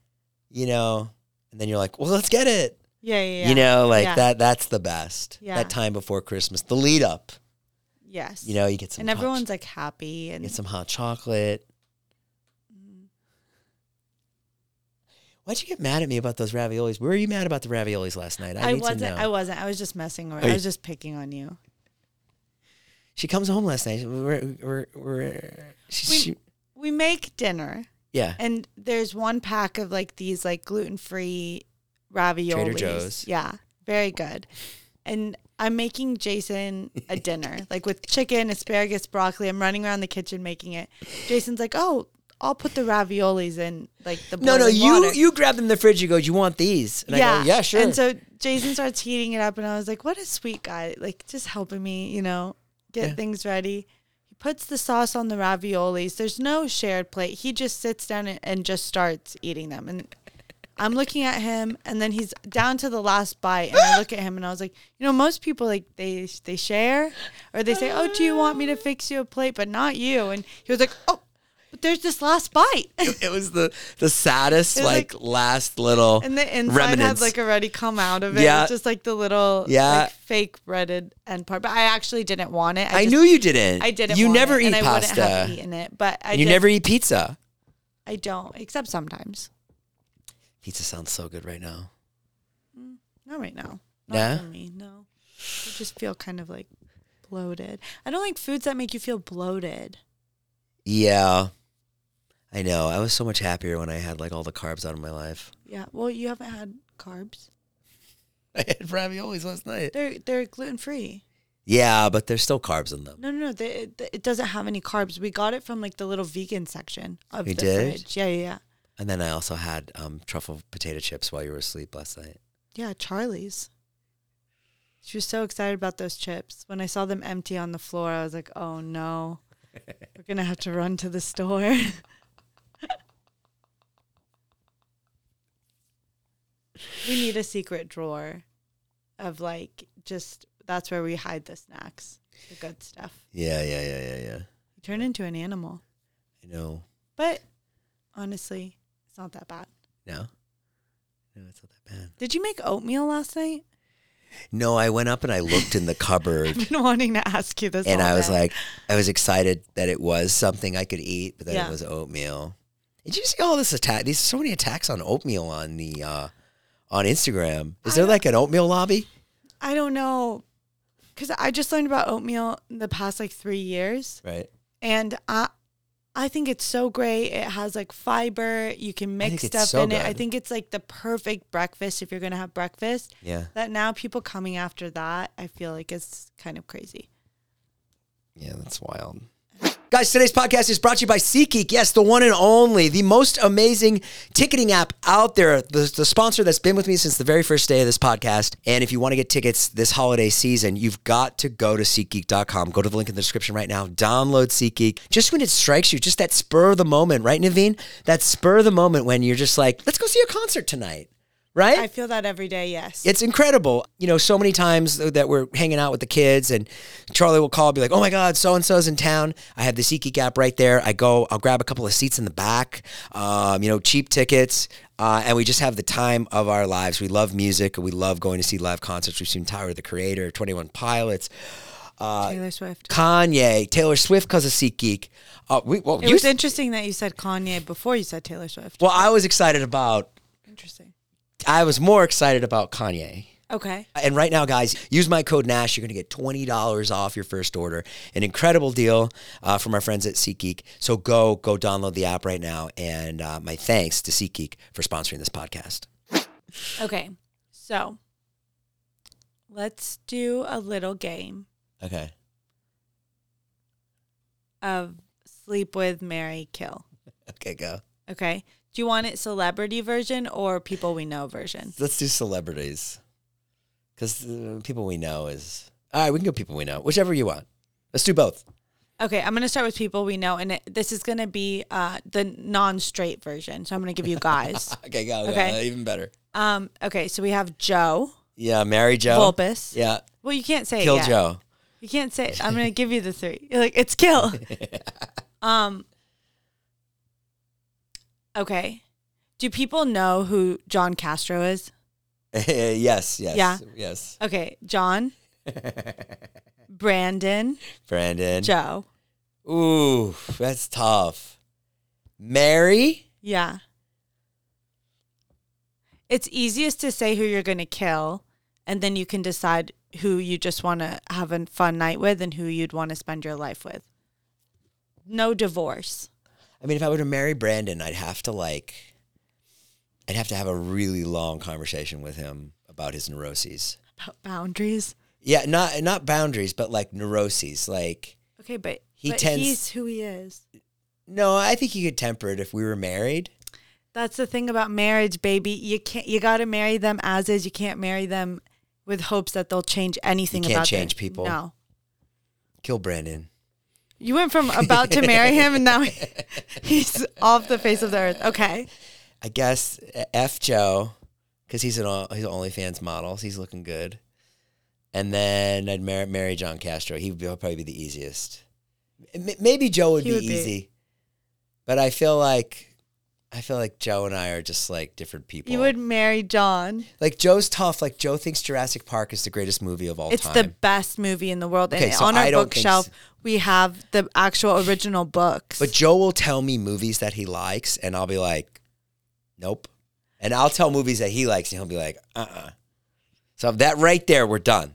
[SPEAKER 1] you know, and then you're like, "Well, let's get it."
[SPEAKER 2] Yeah, yeah, yeah.
[SPEAKER 1] You know, like
[SPEAKER 2] Yeah.
[SPEAKER 1] that. That's the best.
[SPEAKER 2] Yeah.
[SPEAKER 1] That time before Christmas, the lead up.
[SPEAKER 2] Yes.
[SPEAKER 1] You know, you get some
[SPEAKER 2] and
[SPEAKER 1] hot-
[SPEAKER 2] everyone's like happy and
[SPEAKER 1] get some hot chocolate.
[SPEAKER 2] Mm-hmm.
[SPEAKER 1] Why'd you get mad at me about those raviolis? Were you mad about the raviolis last night? I,
[SPEAKER 2] I,
[SPEAKER 1] need
[SPEAKER 2] wasn't
[SPEAKER 1] to know.
[SPEAKER 2] I wasn't. I was just messing around.
[SPEAKER 1] Are
[SPEAKER 2] I
[SPEAKER 1] you-
[SPEAKER 2] was just picking on you.
[SPEAKER 1] she comes home last night. We're, we're, we're, she,
[SPEAKER 2] We-
[SPEAKER 1] she,
[SPEAKER 2] We make dinner.
[SPEAKER 1] yeah.
[SPEAKER 2] And there's one pack of like these like gluten free raviolis.
[SPEAKER 1] Joe's.
[SPEAKER 2] Yeah, very good. And I'm making Jason a dinner, like with chicken, asparagus, broccoli. I'm running around the kitchen making it. Jason's like, "Oh, I'll put the raviolis in like the
[SPEAKER 1] No, no,
[SPEAKER 2] boiling
[SPEAKER 1] you
[SPEAKER 2] water."
[SPEAKER 1] you grab them in the fridge. You go, "Do you want these?" And I go, "Yeah, sure."
[SPEAKER 2] And so Jason starts heating it up, and I was like, "What a sweet guy! Like just helping me, you know, get
[SPEAKER 1] Yeah.
[SPEAKER 2] things ready." He puts the sauce on the raviolis. There's no shared plate. He just sits down and, and just starts eating them. And I'm looking at him, and then he's down to the last bite, and I look at him, and I was like, you know, most people like they they share, or they say, "Oh, do you want me to fix you a plate?" But not you. And he was like, "Oh, but there's this last bite."
[SPEAKER 1] it was the the saddest
[SPEAKER 2] It was
[SPEAKER 1] like, last little
[SPEAKER 2] And the inside
[SPEAKER 1] remnants.
[SPEAKER 2] had like already come out of it.
[SPEAKER 1] Yeah.
[SPEAKER 2] It's just like the little
[SPEAKER 1] Yeah.
[SPEAKER 2] like, fake breaded end part. But I actually didn't want it.
[SPEAKER 1] I
[SPEAKER 2] just-
[SPEAKER 1] knew you didn't.
[SPEAKER 2] I didn't.
[SPEAKER 1] You
[SPEAKER 2] want
[SPEAKER 1] never
[SPEAKER 2] it,
[SPEAKER 1] eat
[SPEAKER 2] and I wouldn't have
[SPEAKER 1] pasta.
[SPEAKER 2] eaten it, but I
[SPEAKER 1] And you
[SPEAKER 2] just-
[SPEAKER 1] never eat pizza.
[SPEAKER 2] I don't, except sometimes.
[SPEAKER 1] Pizza sounds so good right now.
[SPEAKER 2] Not right now. Not
[SPEAKER 1] Nah?
[SPEAKER 2] for me. No. I just feel kind of like bloated. I don't like foods that make you feel bloated.
[SPEAKER 1] Yeah, I know. I was so much happier when I had like all the carbs out of my life.
[SPEAKER 2] Yeah. Well, you haven't had carbs.
[SPEAKER 1] I had raviolis last night.
[SPEAKER 2] They're they're gluten free.
[SPEAKER 1] Yeah, but there's still carbs in them.
[SPEAKER 2] No, no, no. The, it- the, it doesn't have any carbs. We got it from like the little vegan section of
[SPEAKER 1] You
[SPEAKER 2] the
[SPEAKER 1] did?
[SPEAKER 2] fridge. Yeah, yeah, yeah.
[SPEAKER 1] And then I also had um, truffle potato chips while you were asleep last night.
[SPEAKER 2] Yeah, Charlie's. She was so excited about those chips. When I saw them empty on the floor, I was like, oh no, we're going to have to run to the store. we need a secret drawer of like just that's where we hide the snacks, the good stuff.
[SPEAKER 1] Yeah, yeah, yeah, yeah, yeah.
[SPEAKER 2] You turn into an animal.
[SPEAKER 1] I know.
[SPEAKER 2] But honestly, it's not that bad.
[SPEAKER 1] No, no, it's not that bad.
[SPEAKER 2] Did you make oatmeal last night?
[SPEAKER 1] No, I went up and I looked in the cupboard.
[SPEAKER 2] I've been wanting to ask you this.
[SPEAKER 1] and
[SPEAKER 2] all
[SPEAKER 1] I was
[SPEAKER 2] day.
[SPEAKER 1] like, I was excited that it was something I could eat, but that
[SPEAKER 2] Yeah.
[SPEAKER 1] it was oatmeal. Did you see all this attack? These so many attacks on oatmeal on the uh, on Instagram. Is
[SPEAKER 2] I
[SPEAKER 1] there
[SPEAKER 2] don't-
[SPEAKER 1] like an oatmeal lobby?
[SPEAKER 2] I don't know. Cause I just learned about oatmeal in the past like three years.
[SPEAKER 1] Right.
[SPEAKER 2] And I I think it's so great. It has like fiber. You can
[SPEAKER 1] think
[SPEAKER 2] mix
[SPEAKER 1] it's
[SPEAKER 2] stuff
[SPEAKER 1] so
[SPEAKER 2] in it. I
[SPEAKER 1] good.
[SPEAKER 2] think it's like the perfect breakfast if you're gonna have breakfast.
[SPEAKER 1] Yeah.
[SPEAKER 2] That now people coming after that, I feel like it's kind of crazy.
[SPEAKER 1] Yeah, that's wild. Guys, today's podcast is brought to you by SeatGeek. Yes, the one and only, the most amazing ticketing app out there. The, the sponsor that's been with me since the very first day of this podcast. And if you want to get tickets this holiday season, you've got to go to SeatGeek.com. Go to the link in the description right now. Download SeatGeek. Just when it strikes you, just that spur of the moment, right, Naveen? That spur of the moment when you're just like, let's go see a concert tonight, right?
[SPEAKER 2] I feel that every day, yes.
[SPEAKER 1] It's incredible. You know, so many times that we're hanging out with the kids and Charlie will call and be like, oh my God, so and so's in town. I have the SeatGeek app right there. I go, I'll grab a couple of seats in the back, um, you know, cheap tickets. Uh, and we just have the time of our lives. We love music. We love going to see live concerts. We've seen Tyler the Creator, 21 Pilots,
[SPEAKER 2] Taylor Swift.
[SPEAKER 1] Kanye, Taylor Swift because of SeatGeek. Uh, we, well,
[SPEAKER 2] It
[SPEAKER 1] you,
[SPEAKER 2] was interesting that you said Kanye before you said Taylor Swift.
[SPEAKER 1] well, I was excited about,
[SPEAKER 2] Interesting.
[SPEAKER 1] I was more excited about Kanye.
[SPEAKER 2] Okay.
[SPEAKER 1] And right now, guys, use my code NASH. You're going to get $20 off your first order. An incredible deal uh, from our friends at SeatGeek. So go, go download the app right now. And uh, my thanks to SeatGeek for sponsoring this podcast.
[SPEAKER 2] Okay. So let's do a little game
[SPEAKER 1] Okay.
[SPEAKER 2] of sleep with Mary Kill.
[SPEAKER 1] Okay, go.
[SPEAKER 2] Okay. Do you want it celebrity version or people we know version?
[SPEAKER 1] Let's do celebrities. Because uh, people we know is. All right, we can go people we know. Whichever you want. Let's do both.
[SPEAKER 2] Okay, I'm gonna start with people we know, and it, this is gonna be uh, the non-straight version. So I'm gonna give you guys.
[SPEAKER 1] Okay, go. Uh,
[SPEAKER 2] Okay.
[SPEAKER 1] Even better.
[SPEAKER 2] um, okay, so we have Joe
[SPEAKER 1] Yeah, Mary Joe.
[SPEAKER 2] Vulpus.
[SPEAKER 1] Yeah,
[SPEAKER 2] Well, you can't say
[SPEAKER 1] Kill
[SPEAKER 2] it yet.
[SPEAKER 1] Joe.
[SPEAKER 2] You can't say. It. I'm gonna give you the three. You're like it's kill. um. Okay. Do people know who John Castro is?
[SPEAKER 1] yes, yes.
[SPEAKER 2] Yeah.
[SPEAKER 1] Yes.
[SPEAKER 2] Okay, John, Brandon,
[SPEAKER 1] Brandon.
[SPEAKER 2] Joe.
[SPEAKER 1] Ooh, that's tough. Mary?
[SPEAKER 2] Yeah. It's easiest to say who you're gonna kill, and then you can decide who you just want to have a fun night with and who you'd want to spend your life with. No divorce.
[SPEAKER 1] I mean, if I were to marry Brandon, I'd have to like, I'd have to have a really long conversation with him about his neuroses.
[SPEAKER 2] About boundaries.
[SPEAKER 1] Yeah, not not boundaries, but like neuroses. Like,
[SPEAKER 2] Okay, but
[SPEAKER 1] He
[SPEAKER 2] but
[SPEAKER 1] tends-
[SPEAKER 2] he's who he is.
[SPEAKER 1] no, I think you could temper it if we were married.
[SPEAKER 2] That's the thing about marriage, baby. You can't. You got to marry them as is. You can't marry them with hopes that they'll change anything.
[SPEAKER 1] can't
[SPEAKER 2] about
[SPEAKER 1] change
[SPEAKER 2] them.
[SPEAKER 1] people.
[SPEAKER 2] No.
[SPEAKER 1] Kill Brandon.
[SPEAKER 2] You went from about to marry him, and now he- he's off the face of the earth. Okay.
[SPEAKER 1] I guess uh, F Joe, because he's an o- he's an OnlyFans model. So he's looking good. And then I'd mar- marry John Castro. He would be- probably be the easiest. M- maybe Joe would
[SPEAKER 2] He
[SPEAKER 1] be
[SPEAKER 2] would be.
[SPEAKER 1] easy, but I feel like I feel like Joe and I are just like different people.
[SPEAKER 2] You would marry John.
[SPEAKER 1] like Joe's tough. Like Joe thinks Jurassic Park is the greatest movie of all
[SPEAKER 2] It's
[SPEAKER 1] time.
[SPEAKER 2] the best movie in the world.
[SPEAKER 1] Okay,
[SPEAKER 2] and
[SPEAKER 1] so
[SPEAKER 2] on our
[SPEAKER 1] I don't think
[SPEAKER 2] bookshelf,
[SPEAKER 1] so.
[SPEAKER 2] we have the actual original books.
[SPEAKER 1] but Joe will tell me movies that he likes, and I'll be like, nope. And I'll tell movies that he likes, and he'll be like, uh uh So that right there, we're done.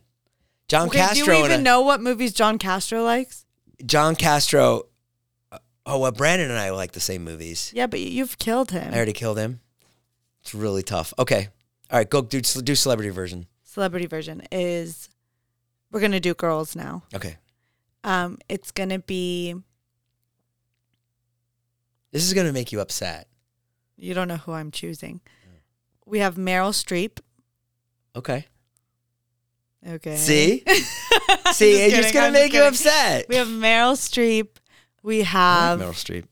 [SPEAKER 1] John
[SPEAKER 2] okay, do
[SPEAKER 1] Castro.
[SPEAKER 2] you
[SPEAKER 1] and
[SPEAKER 2] even
[SPEAKER 1] I-
[SPEAKER 2] know what movies John Castro likes?
[SPEAKER 1] John Castro. Oh, well, Brandon and I like the same movies.
[SPEAKER 2] Yeah, but you've killed him.
[SPEAKER 1] I already killed him. It's really tough. Okay. All right, go do, do celebrity version.
[SPEAKER 2] Celebrity version is We're gonna do girls now.
[SPEAKER 1] Okay.
[SPEAKER 2] Um, it's gonna be
[SPEAKER 1] This is going to make you upset.
[SPEAKER 2] you don't know who I'm choosing. We have Meryl Streep.
[SPEAKER 1] Okay.
[SPEAKER 2] Okay.
[SPEAKER 1] See? See, it's just
[SPEAKER 2] Just kidding,
[SPEAKER 1] going to
[SPEAKER 2] I'm just
[SPEAKER 1] make you
[SPEAKER 2] kidding.
[SPEAKER 1] upset.
[SPEAKER 2] We have Meryl Streep. We
[SPEAKER 1] I
[SPEAKER 2] have um,
[SPEAKER 1] like Meryl Streep,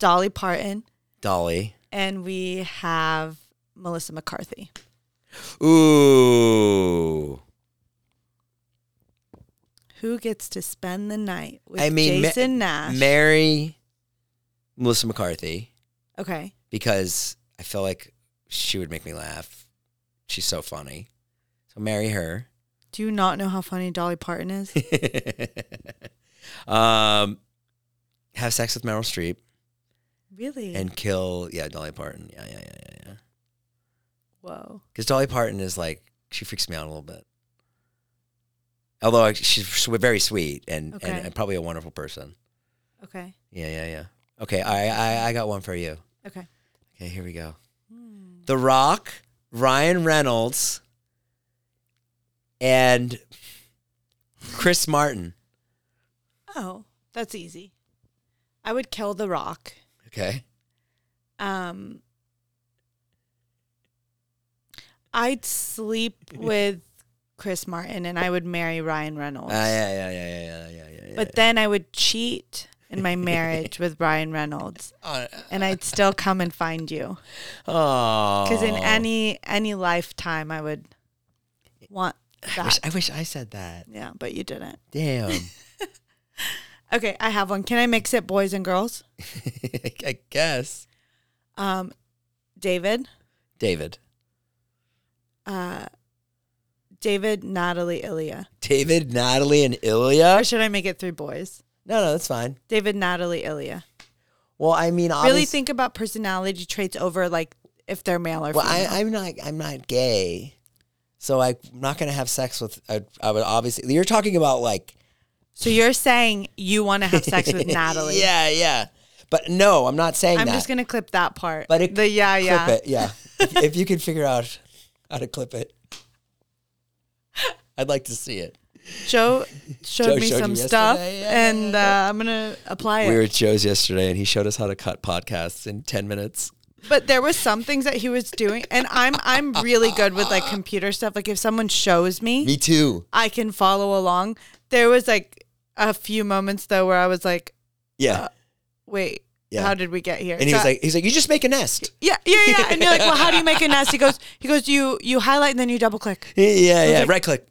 [SPEAKER 2] Dolly Parton,
[SPEAKER 1] Dolly.
[SPEAKER 2] and we have Melissa McCarthy.
[SPEAKER 1] Ooh.
[SPEAKER 2] Who gets to spend the night with
[SPEAKER 1] I mean, Ma-
[SPEAKER 2] Jason Nash?
[SPEAKER 1] Mary Melissa McCarthy
[SPEAKER 2] okay.
[SPEAKER 1] because I feel like she would make me laugh. She's so funny. So marry her.
[SPEAKER 2] Do you not know how funny Dolly Parton is?
[SPEAKER 1] um, have sex with Meryl Streep
[SPEAKER 2] really?
[SPEAKER 1] and kill yeah Dolly Parton. Yeah, yeah, yeah, yeah, yeah.
[SPEAKER 2] Whoa.
[SPEAKER 1] Because Dolly Parton is like she freaks me out a little bit. Although I, she's sw- very sweet and,
[SPEAKER 2] Okay.
[SPEAKER 1] and and probably a wonderful person.
[SPEAKER 2] Okay.
[SPEAKER 1] Yeah, yeah, yeah. Okay, I I, I got one for you.
[SPEAKER 2] Okay.
[SPEAKER 1] Okay, here we go.
[SPEAKER 2] Hmm.
[SPEAKER 1] The Rock, Ryan Reynolds, and Chris Martin.
[SPEAKER 2] Oh, that's easy. I would kill The Rock.
[SPEAKER 1] Okay.
[SPEAKER 2] Um, I'd sleep with Chris Martin and I would marry Ryan
[SPEAKER 1] Ah,
[SPEAKER 2] Reynolds.
[SPEAKER 1] yeah, yeah, yeah, yeah, yeah, yeah, yeah. yeah,
[SPEAKER 2] But then I would cheat in my marriage with Ryan Reynolds
[SPEAKER 1] Uh,
[SPEAKER 2] and I'd still come and find you.
[SPEAKER 1] oh,
[SPEAKER 2] Because in any any lifetime I would want
[SPEAKER 1] I wish,
[SPEAKER 2] that.
[SPEAKER 1] I wish I said that.
[SPEAKER 2] Yeah, but you didn't.
[SPEAKER 1] Damn.
[SPEAKER 2] Okay, I have one. Can I mix it boys and girls?
[SPEAKER 1] I guess
[SPEAKER 2] Um David.
[SPEAKER 1] David,
[SPEAKER 2] Uh David, Natalie, Ilya.
[SPEAKER 1] David, Natalie, and Ilya.
[SPEAKER 2] Or should I make it three boys?
[SPEAKER 1] No, no, that's fine.
[SPEAKER 2] David, Natalie, Ilya.
[SPEAKER 1] Well, I mean,
[SPEAKER 2] really
[SPEAKER 1] obvious-
[SPEAKER 2] think about personality traits over like if they're male or
[SPEAKER 1] Well,
[SPEAKER 2] female.
[SPEAKER 1] I, I'm not. I'm not gay, so I'm not gonna have sex with. I, I would obviously. You're talking about like
[SPEAKER 2] so you're saying you want to have sex with Natalie?
[SPEAKER 1] Yeah, yeah. But no, I'm not saying
[SPEAKER 2] I'm
[SPEAKER 1] that.
[SPEAKER 2] just gonna clip that part.
[SPEAKER 1] But it-
[SPEAKER 2] the yeah,
[SPEAKER 1] clip
[SPEAKER 2] yeah.
[SPEAKER 1] it. Yeah. if, if you can figure out how to clip it, I'd like to see it.
[SPEAKER 2] Joe showed
[SPEAKER 1] Joe
[SPEAKER 2] me
[SPEAKER 1] showed
[SPEAKER 2] some
[SPEAKER 1] you
[SPEAKER 2] stuff,
[SPEAKER 1] yesterday. Yeah, yeah,
[SPEAKER 2] and Uh, I'm gonna apply
[SPEAKER 1] We
[SPEAKER 2] it.
[SPEAKER 1] were at Joe's yesterday, and he showed us how to cut podcasts in ten minutes.
[SPEAKER 2] But there was some things that he was doing, and I'm I'm really good with like computer stuff. Like if someone shows me,
[SPEAKER 1] Me too.
[SPEAKER 2] I can follow along. There was like a few moments though where I was like,
[SPEAKER 1] Yeah.
[SPEAKER 2] wait,
[SPEAKER 1] Yeah.
[SPEAKER 2] how did we get here?
[SPEAKER 1] and he was
[SPEAKER 2] Uh, So-
[SPEAKER 1] like, he's like, you just make a nest.
[SPEAKER 2] Yeah, yeah, yeah. And you're like, well, how do you make a nest? He goes, he goes, you you highlight and then you double click.
[SPEAKER 1] Yeah, yeah. yeah.
[SPEAKER 2] like-
[SPEAKER 1] right click.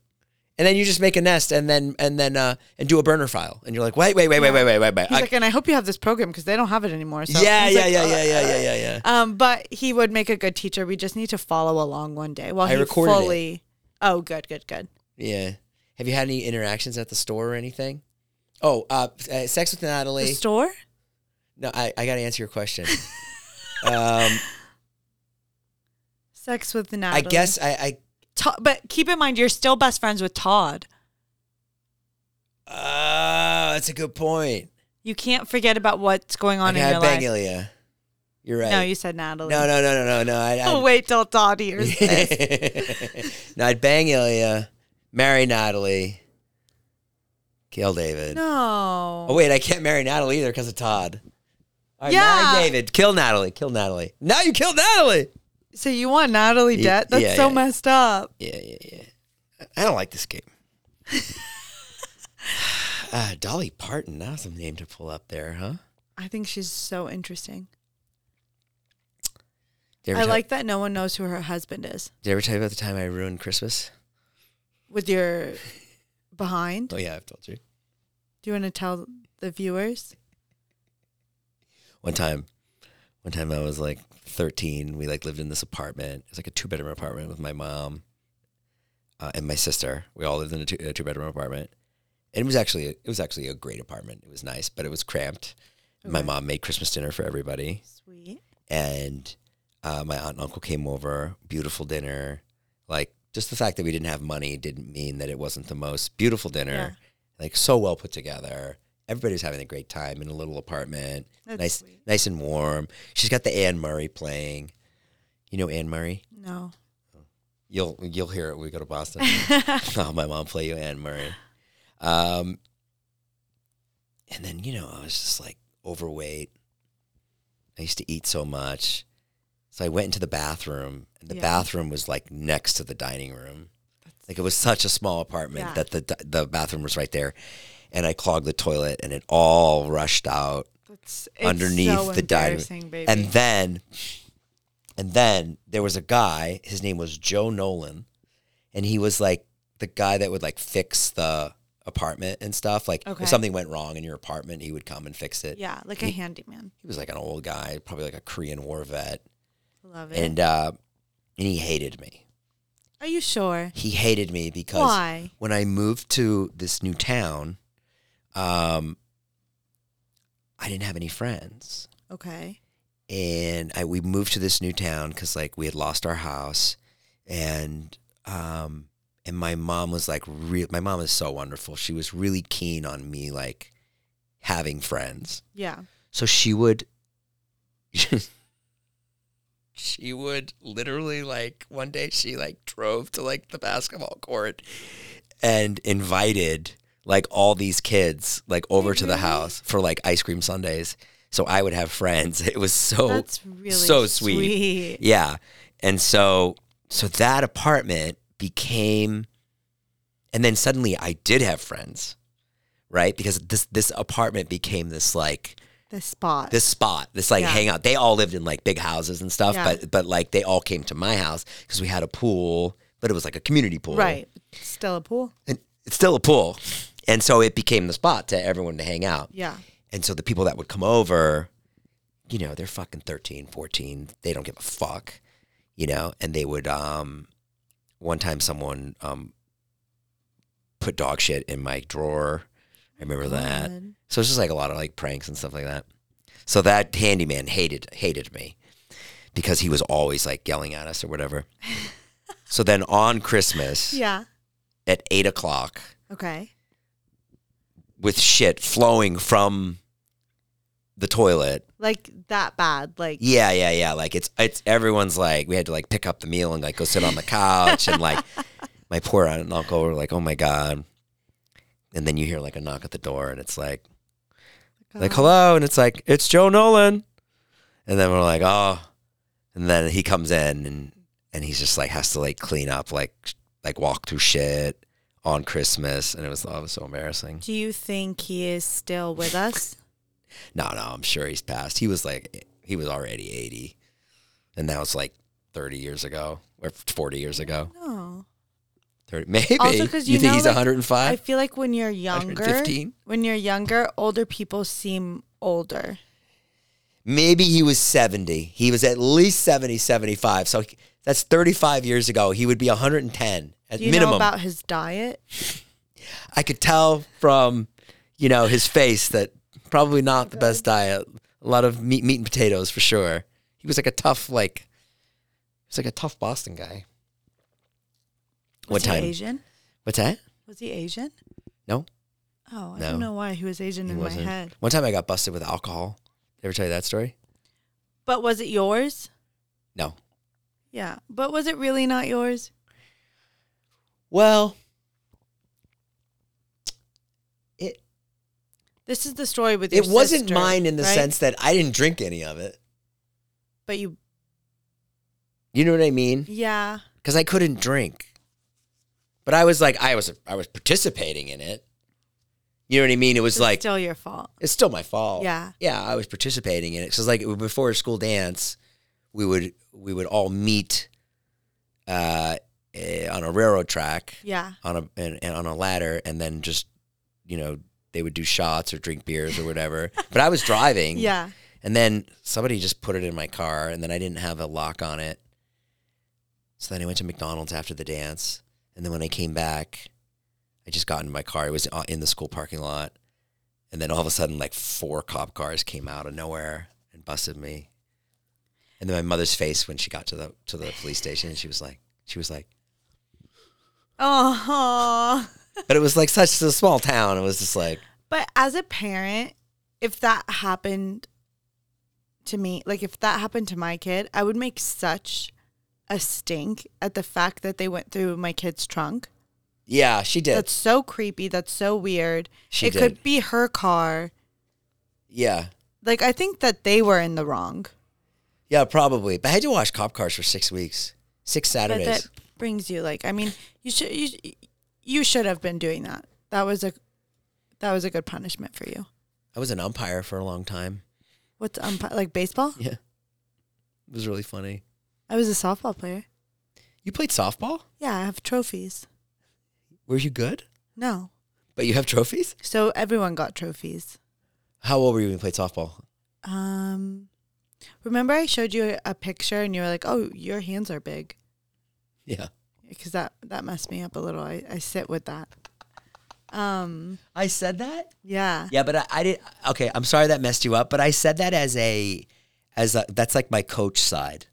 [SPEAKER 1] And then you just make a nest, and then and then uh, and do a burner file, and you're like, wait, wait, wait, wait, wait, wait, wait, wait.
[SPEAKER 2] He's
[SPEAKER 1] I-
[SPEAKER 2] like, and I hope you have this program because they don't have it anymore. So
[SPEAKER 1] yeah,
[SPEAKER 2] he's
[SPEAKER 1] yeah,
[SPEAKER 2] like,
[SPEAKER 1] yeah,
[SPEAKER 2] "Oh."
[SPEAKER 1] yeah, yeah, yeah, yeah, yeah.
[SPEAKER 2] Um, but he would make a good teacher. We just need to follow along one day while
[SPEAKER 1] I
[SPEAKER 2] he
[SPEAKER 1] recorded it.
[SPEAKER 2] fully. Oh, good, good, good.
[SPEAKER 1] Yeah. Have you had any interactions at the store or anything? Oh, uh, uh, sex with Natalie.
[SPEAKER 2] The store?
[SPEAKER 1] No, I, I got to answer your question. um,
[SPEAKER 2] Sex with
[SPEAKER 1] I
[SPEAKER 2] Natalie.
[SPEAKER 1] guess I.
[SPEAKER 2] Ta- but keep in mind, you're still best friends with Todd.
[SPEAKER 1] I uh, that's a good point.
[SPEAKER 2] You can't forget about what's going on
[SPEAKER 1] Okay,
[SPEAKER 2] in
[SPEAKER 1] I
[SPEAKER 2] your
[SPEAKER 1] bang
[SPEAKER 2] life.
[SPEAKER 1] Ilya. You're right.
[SPEAKER 2] No, you said Natalie.
[SPEAKER 1] no, no, no, no, no, no. I,
[SPEAKER 2] Oh, wait till Todd hears this.
[SPEAKER 1] I, no, I'd bang Ilya, marry Natalie, kill David.
[SPEAKER 2] no.
[SPEAKER 1] Oh wait, I can't marry Natalie either because of Todd. All right,
[SPEAKER 2] Yeah.
[SPEAKER 1] marry David, kill Natalie, kill Natalie. Now you killed Natalie.
[SPEAKER 2] So you want Natalie
[SPEAKER 1] Ye-
[SPEAKER 2] dead? That's
[SPEAKER 1] yeah,
[SPEAKER 2] so
[SPEAKER 1] yeah.
[SPEAKER 2] messed up.
[SPEAKER 1] Yeah, yeah, yeah. I don't like this game. uh, Dolly Parton, that's a name to pull up there, huh?
[SPEAKER 2] I think she's so interesting.
[SPEAKER 1] Did
[SPEAKER 2] I
[SPEAKER 1] tell,
[SPEAKER 2] like that no one knows who her husband is.
[SPEAKER 1] Did I ever tell you about the time I ruined Christmas?
[SPEAKER 2] With your behind,
[SPEAKER 1] Oh yeah, I've told you.
[SPEAKER 2] do you want to tell the viewers?
[SPEAKER 1] One time, one time I was like 13. We like lived in this apartment. It was like a two bedroom apartment with my mom uh, and my sister. We all lived in a two, a two bedroom apartment, and it was actually it was actually a great apartment. It was nice, but it was cramped. My
[SPEAKER 2] Okay.
[SPEAKER 1] mom made Christmas dinner for everybody.
[SPEAKER 2] Sweet.
[SPEAKER 1] and uh, my aunt and uncle came over. Beautiful dinner. Like just the fact that we didn't have money didn't mean that it wasn't the most beautiful dinner. Like so well put together. Everybody was having a great time in a little apartment.
[SPEAKER 2] That's
[SPEAKER 1] nice,
[SPEAKER 2] sweet.
[SPEAKER 1] nice and warm. She's got the Anne Murray playing. You know Anne Murray.
[SPEAKER 2] No.
[SPEAKER 1] You'll you'll hear it when we go to Boston. oh, my mom play you Anne Murray. Um, and then, you know, I was just like overweight. I used to eat so much. So I went into the bathroom, and the
[SPEAKER 2] Yeah.
[SPEAKER 1] bathroom was like next to the dining room.
[SPEAKER 2] That's-
[SPEAKER 1] Like it was such a small apartment
[SPEAKER 2] Yeah.
[SPEAKER 1] that the the bathroom was right there. And I clogged the toilet and it all rushed out.
[SPEAKER 2] That's it's
[SPEAKER 1] underneath
[SPEAKER 2] so
[SPEAKER 1] the dining-
[SPEAKER 2] embarrassing, baby.
[SPEAKER 1] And then, and then there was a guy. His name was Joe Nolan, and he was like the guy that would like fix the apartment and stuff. Like
[SPEAKER 2] Okay.
[SPEAKER 1] if something went wrong in your apartment, he would come and fix it.
[SPEAKER 2] yeah, like a handyman.
[SPEAKER 1] He was like an old guy, probably like a Korean War vet,
[SPEAKER 2] Love it.
[SPEAKER 1] and uh, and he hated me.
[SPEAKER 2] Are you sure?
[SPEAKER 1] He hated me because
[SPEAKER 2] Why?
[SPEAKER 1] when I moved to this new town, um, I didn't have any friends.
[SPEAKER 2] Okay.
[SPEAKER 1] and I, we moved to this new town because like we had lost our house and um and my mom was like real my mom is so wonderful she was really keen on me like having friends
[SPEAKER 2] Yeah.
[SPEAKER 1] so she would she would literally like one day she like drove to like the basketball court and invited like all these kids like over to the
[SPEAKER 2] really?
[SPEAKER 1] house for like ice cream sundays so i would have friends it was so
[SPEAKER 2] That's really
[SPEAKER 1] Oh, so sweet. yeah. And so so that apartment became and then suddenly I did have friends, right? Because this this apartment became this like
[SPEAKER 2] The spot.
[SPEAKER 1] this spot, this like
[SPEAKER 2] Yeah.
[SPEAKER 1] hangout. They all lived in like big houses and stuff,
[SPEAKER 2] Yeah.
[SPEAKER 1] but but like they all came to my house because we had a pool, but it was like a community pool.
[SPEAKER 2] right. Still a pool.
[SPEAKER 1] And it's still a pool. And so it became the spot to everyone to hang out.
[SPEAKER 2] Yeah.
[SPEAKER 1] And so the people that would come over, you know, they're fucking 13, 14. They don't give a fuck, you know, and they would, um, one time someone, um, put dog shit in my drawer. I remember that.
[SPEAKER 2] God.
[SPEAKER 1] So it's just like a lot of like pranks and stuff like that. So that handyman hated, hated me because he was always like yelling at us or whatever. so then on Christmas
[SPEAKER 2] Yeah.
[SPEAKER 1] at eight o'clock,
[SPEAKER 2] Okay.
[SPEAKER 1] with shit flowing from the toilet,
[SPEAKER 2] Like that bad. Like
[SPEAKER 1] Yeah, yeah, yeah. Like it's it's everyone's like we had to like pick up the meal and like go sit on the couch and like my poor aunt and uncle were like, oh my god. And then you hear like a knock at the door and it's like like
[SPEAKER 2] God.
[SPEAKER 1] hello and it's like it's Joe Nolan, and then we're like oh, and then he comes in and and he's just like has to like clean up like like walk through shit on Christmas and it was oh, it was so embarrassing.
[SPEAKER 2] Do you think he is still with us?
[SPEAKER 1] No, no, I'm sure he's passed. He was like, he was already 80, and that was like 30 years ago or 40 years ago.
[SPEAKER 2] No.
[SPEAKER 1] 30, maybe.
[SPEAKER 2] Also 'cause you
[SPEAKER 1] think
[SPEAKER 2] know,
[SPEAKER 1] he's
[SPEAKER 2] like, I
[SPEAKER 1] 105,
[SPEAKER 2] feel like when you're younger,
[SPEAKER 1] 115?
[SPEAKER 2] when you're younger, older people seem older.
[SPEAKER 1] Maybe he was 70. He was at least 70, 75. So he- that's 35 years ago. He would be 110 at
[SPEAKER 2] Do you
[SPEAKER 1] minimum.
[SPEAKER 2] know about his diet?
[SPEAKER 1] I could tell from, you know, his face that probably not the best diet. A lot of meat, meat and potatoes for sure. He was like a tough, like, he was like a tough Boston guy.
[SPEAKER 2] Was
[SPEAKER 1] What time?
[SPEAKER 2] He Asian?
[SPEAKER 1] What's that?
[SPEAKER 2] Was he Asian?
[SPEAKER 1] No,
[SPEAKER 2] Oh, I
[SPEAKER 1] No.
[SPEAKER 2] don't know why he was Asian
[SPEAKER 1] he
[SPEAKER 2] in
[SPEAKER 1] wasn't.
[SPEAKER 2] my head.
[SPEAKER 1] One time I got busted with alcohol. Did I ever tell you that story?
[SPEAKER 2] But was it yours?
[SPEAKER 1] No.
[SPEAKER 2] Yeah. But was it really not yours?
[SPEAKER 1] Well, it
[SPEAKER 2] This is the story with your
[SPEAKER 1] it wasn't
[SPEAKER 2] sister,
[SPEAKER 1] mine in the
[SPEAKER 2] right?
[SPEAKER 1] sense that I didn't drink any of it.
[SPEAKER 2] But you,
[SPEAKER 1] You know what I mean?
[SPEAKER 2] yeah,
[SPEAKER 1] Because I couldn't drink, but I was like, I was I was participating in it. You know what I mean? It was
[SPEAKER 2] it's
[SPEAKER 1] like Oh.
[SPEAKER 2] still your fault.
[SPEAKER 1] it's still my fault.
[SPEAKER 2] Yeah.
[SPEAKER 1] Yeah, I was participating in it. So it's like before school dance, we would we would all meet uh, eh, on a railroad track
[SPEAKER 2] Yeah.
[SPEAKER 1] on a and, and on a ladder, and then just you know they would do shots or drink beers or whatever. but I was driving.
[SPEAKER 2] Yeah.
[SPEAKER 1] And then somebody just put it in my car, and then I didn't have a lock on it. So then I went to McDonald's after the dance, and then when I came back, I just got in my car. It was uh, in the school parking lot, and then all of a sudden, like four cop cars came out of nowhere and busted me. And then my mother's face when she got to the to the police station, she was like, she was like,
[SPEAKER 2] Oh.
[SPEAKER 1] but it was like such a small town. It was just like,
[SPEAKER 2] But as a parent, if that happened to me, like if that happened to my kid, I would make such a stink at the fact that they went through my kid's trunk.
[SPEAKER 1] Yeah, she did.
[SPEAKER 2] That's so creepy. That's so weird.
[SPEAKER 1] She
[SPEAKER 2] it
[SPEAKER 1] did.
[SPEAKER 2] could be her car.
[SPEAKER 1] yeah.
[SPEAKER 2] Like I think that they were in the wrong.
[SPEAKER 1] Yeah, probably. But I had to wash cop cars for six weeks, six
[SPEAKER 2] But
[SPEAKER 1] Saturdays.
[SPEAKER 2] that brings you like I mean, you should you, you should have been doing that. That was a that was a good punishment for you.
[SPEAKER 1] I was an umpire for a long time.
[SPEAKER 2] What's umpi- like baseball?
[SPEAKER 1] Yeah. It was really funny.
[SPEAKER 2] I was a softball player.
[SPEAKER 1] You played softball?
[SPEAKER 2] Yeah, I have trophies.
[SPEAKER 1] Were you good?
[SPEAKER 2] No.
[SPEAKER 1] But you have trophies?
[SPEAKER 2] So everyone got trophies.
[SPEAKER 1] How old were you when you played softball?
[SPEAKER 2] Um remember I showed you a, a picture and you were like, "Oh, your hands are big."
[SPEAKER 1] Yeah.
[SPEAKER 2] Because that that messed me up a little. I, I sit with that. Um
[SPEAKER 1] I said that?
[SPEAKER 2] yeah.
[SPEAKER 1] Yeah, but I, I did. Okay, I'm sorry that messed you up, but I said that as a, as a, that's like my coach side.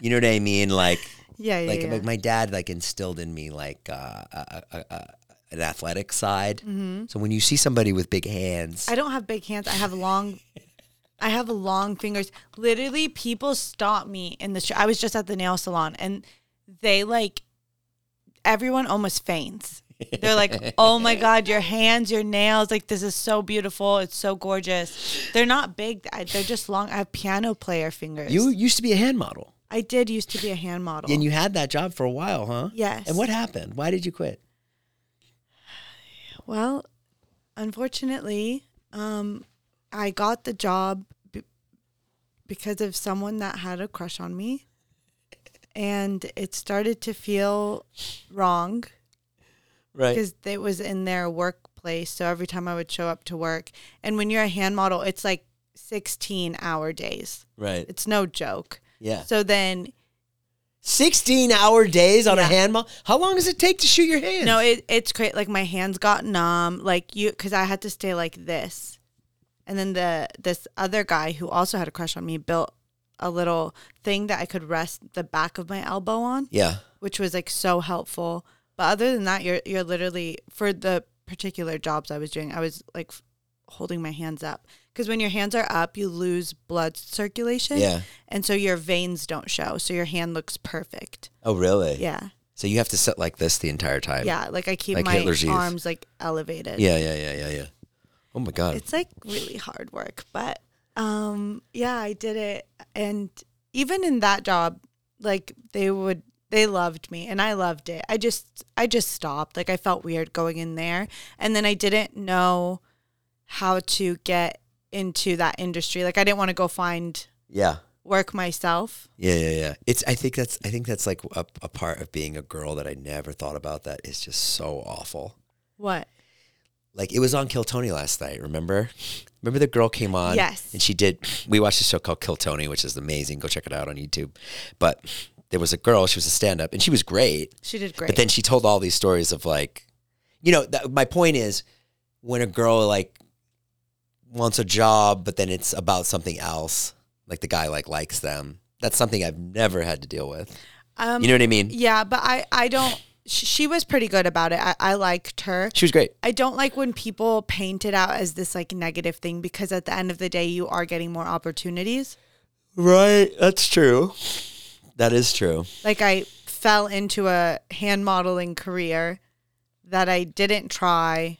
[SPEAKER 1] You know what I mean? Like,
[SPEAKER 2] Yeah, yeah.
[SPEAKER 1] like
[SPEAKER 2] yeah.
[SPEAKER 1] my- my dad like instilled in me like uh, a, a, a, a- an athletic side. So when you see somebody with big hands,
[SPEAKER 2] Mm-hmm. I don't have big hands. I have long. I have long fingers. Literally, people stop me in the. Sh- I was just at the nail salon, and they like. Everyone almost faints. They're like, "Oh my god, your hands, your nails! Like this is so beautiful. It's so gorgeous." They're not big. I, they're just long. I have piano player fingers.
[SPEAKER 1] you used to be a hand model,
[SPEAKER 2] I did used to be a hand model.
[SPEAKER 1] and you had that job for a while, huh?
[SPEAKER 2] Yes.
[SPEAKER 1] And what happened? Why did you quit?
[SPEAKER 2] Well, unfortunately, um, I got the job b- because of someone that had a crush on me. And it started to feel wrong
[SPEAKER 1] Right.
[SPEAKER 2] because it was in their workplace. So every time I would show up to work, and when you're a hand model, it's like 16 hour days.
[SPEAKER 1] Right.
[SPEAKER 2] It's no joke.
[SPEAKER 1] Yeah.
[SPEAKER 2] So then
[SPEAKER 1] 16 hour days on a
[SPEAKER 2] Yeah.
[SPEAKER 1] hand model. How long does it take to shoot your hands?
[SPEAKER 2] No, it, it's great. Like my hands got numb. Like you, because I had to stay like this, and then the this other guy who also had a crush on me built a little thing that I could rest the back of my elbow on,
[SPEAKER 1] yeah.
[SPEAKER 2] which was like so helpful. But other than that, you're you're literally for the particular jobs I was doing, I was like f- holding my hands up because when your hands are up, you lose blood circulation,
[SPEAKER 1] Yeah.
[SPEAKER 2] and so your veins don't show, so your hand looks perfect.
[SPEAKER 1] Oh, really?
[SPEAKER 2] Yeah.
[SPEAKER 1] So you have to sit like this the entire time.
[SPEAKER 2] Yeah, like I keep
[SPEAKER 1] Like
[SPEAKER 2] my
[SPEAKER 1] Hitler's Youth.
[SPEAKER 2] arms like elevated.
[SPEAKER 1] Yeah, yeah, yeah, yeah, yeah. Oh my god.
[SPEAKER 2] It's like really hard work, but um yeah, I did it and even in that job like they would they loved me and I loved it. I just I just stopped. Like I felt weird going in there and then I didn't know how to get into that industry. Like I didn't want to go find
[SPEAKER 1] yeah.
[SPEAKER 2] work myself.
[SPEAKER 1] Yeah, yeah, yeah. It's. I think that's. I think that's like a, a part of being a girl that I never thought about. That is just so awful.
[SPEAKER 2] What?
[SPEAKER 1] Like it was on Kill Tony last night. Remember? Remember the girl came on.
[SPEAKER 2] Yes.
[SPEAKER 1] And she did. We watched a show called Kill Tony, which is amazing. Go check it out on YouTube. But there was a girl. She was a stand-up, and she was great.
[SPEAKER 2] She did great.
[SPEAKER 1] But then she told all these stories of like, you know, that, my point is when a girl like wants a job, but then it's about something else, like the guy like likes them. That's something I've never had to deal with.
[SPEAKER 2] um
[SPEAKER 1] You know what I mean?
[SPEAKER 2] yeah, but I I don't she, she was pretty good about it. I, I liked her.
[SPEAKER 1] She was great.
[SPEAKER 2] I don't like when people paint it out as this like negative thing because at the end of the day, you are getting more opportunities.
[SPEAKER 1] Right. That's true. That is true.
[SPEAKER 2] Like I fell into a hand modeling career that I didn't try.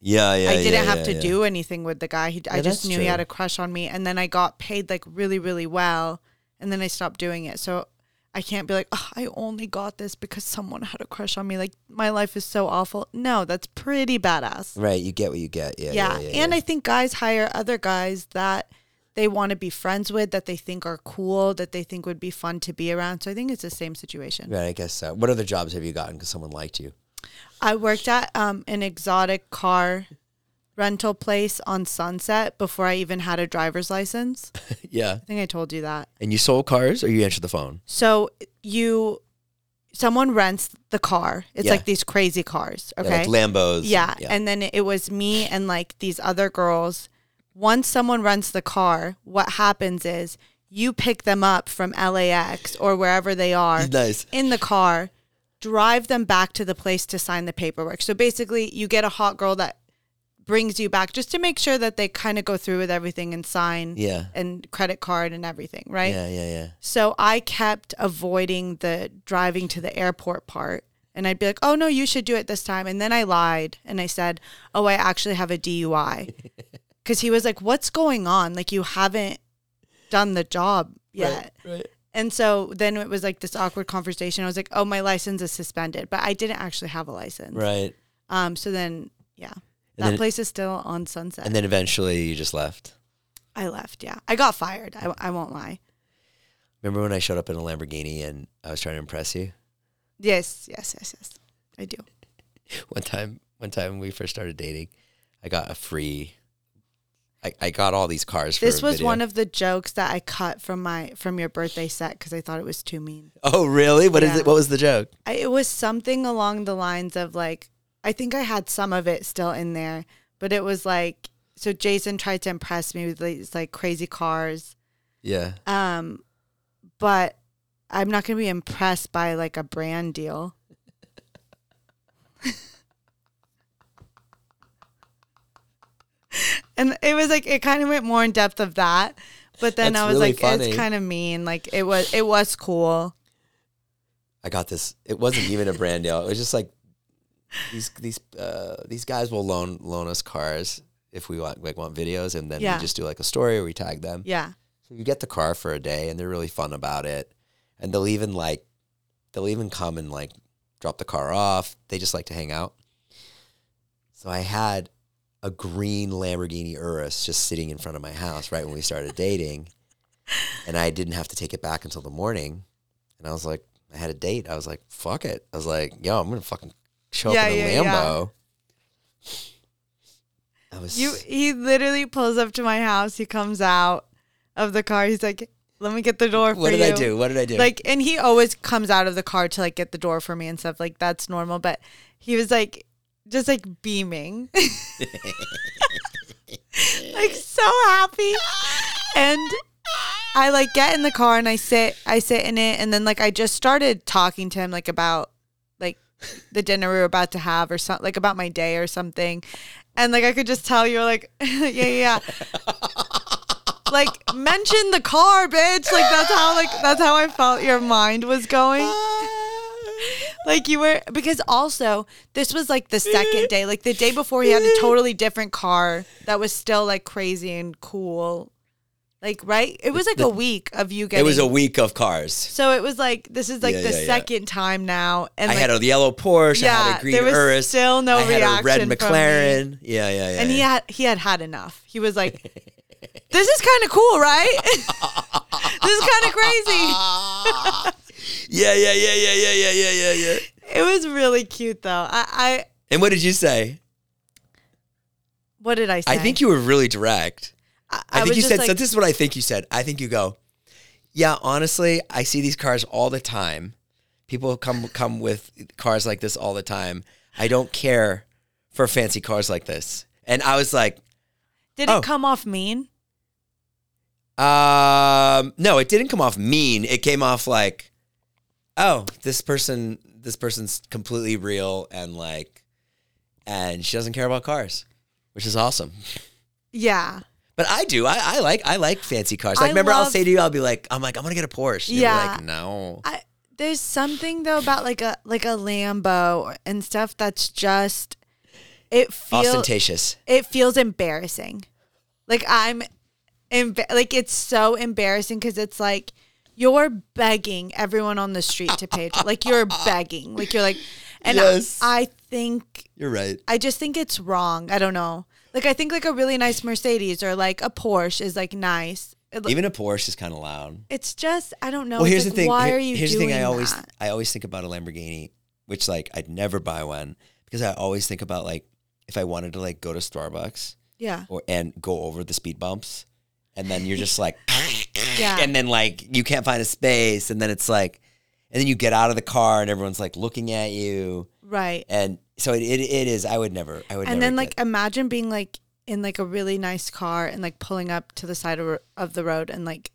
[SPEAKER 1] Yeah, yeah.
[SPEAKER 2] I didn't
[SPEAKER 1] yeah,
[SPEAKER 2] have
[SPEAKER 1] yeah,
[SPEAKER 2] to
[SPEAKER 1] yeah.
[SPEAKER 2] do anything with the guy. He, I
[SPEAKER 1] Yeah,
[SPEAKER 2] just
[SPEAKER 1] that's
[SPEAKER 2] knew
[SPEAKER 1] true.
[SPEAKER 2] he had a crush on me, and then I got paid like really, really well, and then I stopped doing it. So I can't be like, oh, I only got this because someone had a crush on me. Like my life is so awful. No, that's pretty badass.
[SPEAKER 1] Right. You get what you get. Yeah.
[SPEAKER 2] yeah.
[SPEAKER 1] Yeah. yeah,
[SPEAKER 2] and
[SPEAKER 1] yeah.
[SPEAKER 2] I think guys hire other guys that they want to be friends with, that they think are cool, that they think would be fun to be around. So I think it's the same situation.
[SPEAKER 1] Right, I guess so. What other jobs have you gotten because someone liked you?
[SPEAKER 2] I worked at um, an exotic car rental place on Sunset before I even had a driver's license. I
[SPEAKER 1] yeah.
[SPEAKER 2] think I told you that.
[SPEAKER 1] And you sold cars or you answered the phone?
[SPEAKER 2] So you, someone rents the car. It's
[SPEAKER 1] Yeah.
[SPEAKER 2] like these crazy cars.
[SPEAKER 1] Yeah,
[SPEAKER 2] Okay.
[SPEAKER 1] like Lambos.
[SPEAKER 2] Yeah. And then it was me and like these other girls. Once someone rents the car, what happens is you pick them up from LAX or wherever they are
[SPEAKER 1] nice.
[SPEAKER 2] in the car, drive them back to the place to sign the paperwork. So basically, you get a hot girl that brings you back just to make sure that they kind of go through with everything and sign
[SPEAKER 1] Yeah.
[SPEAKER 2] and credit card and everything, right?
[SPEAKER 1] Yeah, yeah, yeah.
[SPEAKER 2] So I kept avoiding the driving to the airport part. and I'd be like, "Oh no, you should do it this time." And then I lied and I said, "Oh, I actually have a DUI." Cuz he was like, "What's going on? Like you haven't done the job yet."
[SPEAKER 1] Right.
[SPEAKER 2] And so then it was like this awkward conversation. I was like, "Oh, my license is suspended," but I didn't actually have a license.
[SPEAKER 1] Right.
[SPEAKER 2] Um. So then, yeah,
[SPEAKER 1] And
[SPEAKER 2] that
[SPEAKER 1] then-
[SPEAKER 2] place is still on Sunset.
[SPEAKER 1] And then eventually you just left.
[SPEAKER 2] I left. Yeah, I got fired. I, I won't lie.
[SPEAKER 1] Remember when I showed up in a Lamborghini and I was trying to impress you?
[SPEAKER 2] Yes, yes, yes, yes. I do.
[SPEAKER 1] One time, one time when we first started dating, I got a free. I, I got all these cars. For a
[SPEAKER 2] This was
[SPEAKER 1] video.
[SPEAKER 2] one of the jokes that I cut from my from your birthday set because I thought it was too mean.
[SPEAKER 1] Oh really? What is
[SPEAKER 2] Yeah.
[SPEAKER 1] it? What was the joke?
[SPEAKER 2] I, it was something along the lines of like I think I had some of it still in there, but it was like so Jason tried to impress me with these like crazy cars,
[SPEAKER 1] Yeah.
[SPEAKER 2] um, but I'm not gonna be impressed by like a brand deal. and it was like it kind of went more in depth of that, but then
[SPEAKER 1] That's
[SPEAKER 2] I was
[SPEAKER 1] really
[SPEAKER 2] like,
[SPEAKER 1] funny.
[SPEAKER 2] it's kind of mean. Like it was, it was cool.
[SPEAKER 1] I got this. It wasn't even a brand deal. It was just like these these uh, these guys will loan loan us cars if we want like want videos, and then
[SPEAKER 2] Yeah.
[SPEAKER 1] we just do like a story where we tag them.
[SPEAKER 2] Yeah,
[SPEAKER 1] So you get the car for a day, and they're really fun about it, and they'll even like they'll even come and like drop the car off. They just like to hang out. So I had a green Lamborghini Urus just sitting in front of my house right when we started dating, and I didn't have to take it back until the morning. And I was like, I had a date. I was like, fuck it. I was like, yo, I'm gonna fucking show
[SPEAKER 2] Yeah,
[SPEAKER 1] up in a
[SPEAKER 2] yeah, yeah.
[SPEAKER 1] Lambo. I was
[SPEAKER 2] you. He literally pulls up to my house. He comes out of the car. He's like, "Let me get the door."
[SPEAKER 1] What
[SPEAKER 2] for
[SPEAKER 1] did I
[SPEAKER 2] you."
[SPEAKER 1] do? What did I do?
[SPEAKER 2] Like, and he always comes out of the car to like get the door for me and stuff. Like, that's normal. But he was like, just like beaming, like so happy. And I like get in the car and I sit, I sit in it. And then like I just started talking to him like about like the dinner we were about to have or something, like about my day or something. And like I could just tell you're like, yeah, yeah, yeah. Like mention the car, bitch. Like that's how like that's how I felt your mind was going. Like you were because also this was like the second day, like the day before he had a totally different car that was still like crazy and cool. Like right? It was like a week of you
[SPEAKER 1] it
[SPEAKER 2] getting
[SPEAKER 1] was a week of cars.
[SPEAKER 2] so it was like this is like
[SPEAKER 1] Yeah,
[SPEAKER 2] the
[SPEAKER 1] yeah, yeah.
[SPEAKER 2] second time now and
[SPEAKER 1] I
[SPEAKER 2] like,
[SPEAKER 1] had a yellow Porsche. I had
[SPEAKER 2] Yeah,
[SPEAKER 1] a green
[SPEAKER 2] there was
[SPEAKER 1] Urus.
[SPEAKER 2] still no
[SPEAKER 1] I had a red
[SPEAKER 2] reaction from me.
[SPEAKER 1] McLaren. Yeah, yeah, yeah.
[SPEAKER 2] and
[SPEAKER 1] yeah.
[SPEAKER 2] he had he had had enough. He was like, "This is kind of cool, right? this is kind of crazy."
[SPEAKER 1] yeah, yeah, yeah, yeah, yeah, yeah, yeah, yeah, yeah.
[SPEAKER 2] It was really cute, though. I, I
[SPEAKER 1] And what did you say?
[SPEAKER 2] what did I say?
[SPEAKER 1] I think you were really direct. I,
[SPEAKER 2] was
[SPEAKER 1] think you
[SPEAKER 2] just
[SPEAKER 1] said.
[SPEAKER 2] like,
[SPEAKER 1] so this is what I think you said. I think you go. Yeah, honestly, I see these cars all the time. People come come with cars like this all the time. I don't care for fancy cars like this. And I was like,
[SPEAKER 2] Did
[SPEAKER 1] oh.
[SPEAKER 2] it come off mean?
[SPEAKER 1] Um, no, it didn't come off mean. It came off like, oh, this person, this person's completely real and like, and she doesn't care about cars, which is awesome.
[SPEAKER 2] Yeah.
[SPEAKER 1] But I do. I, I like I like fancy cars. Like,
[SPEAKER 2] I
[SPEAKER 1] remember, I'll
[SPEAKER 2] love-
[SPEAKER 1] say to you, I'll be like, I'm like, I'm gonna get a Porsche. And you'll be
[SPEAKER 2] Yeah.
[SPEAKER 1] like, no.
[SPEAKER 2] I, there's something though about like a like a Lambo and stuff that's just it feels
[SPEAKER 1] Ostentatious.
[SPEAKER 2] it feels embarrassing. Like I'm, emba- like it's so embarrassing because it's like you're begging everyone on the street to pay. Like you're begging. Like you're like, and I-
[SPEAKER 1] Yes.
[SPEAKER 2] I, think
[SPEAKER 1] You're right.
[SPEAKER 2] I just think it's wrong. I don't know. Like I think like a really nice Mercedes or like a Porsche is like nice. It,
[SPEAKER 1] Even a Porsche is kind of loud.
[SPEAKER 2] it's just I don't know.
[SPEAKER 1] Well,
[SPEAKER 2] It's
[SPEAKER 1] here's
[SPEAKER 2] like,
[SPEAKER 1] the thing.
[SPEAKER 2] Why
[SPEAKER 1] here-
[SPEAKER 2] are you
[SPEAKER 1] here's
[SPEAKER 2] doing
[SPEAKER 1] the thing. I always
[SPEAKER 2] that?
[SPEAKER 1] I always think about a Lamborghini, which like I'd never buy one because I always think about like if I wanted to like go to Starbucks
[SPEAKER 2] Yeah.
[SPEAKER 1] or and go over the speed bumps, and then you're just like,
[SPEAKER 2] Yeah.
[SPEAKER 1] and then like you can't find a space, and then it's like, and then you get out of the car and everyone's like looking at you,
[SPEAKER 2] Right.
[SPEAKER 1] and so it it, it is. I would never. I would. never
[SPEAKER 2] and then
[SPEAKER 1] get-
[SPEAKER 2] like imagine being like in like a really nice car and like pulling up to the side of, of the road and like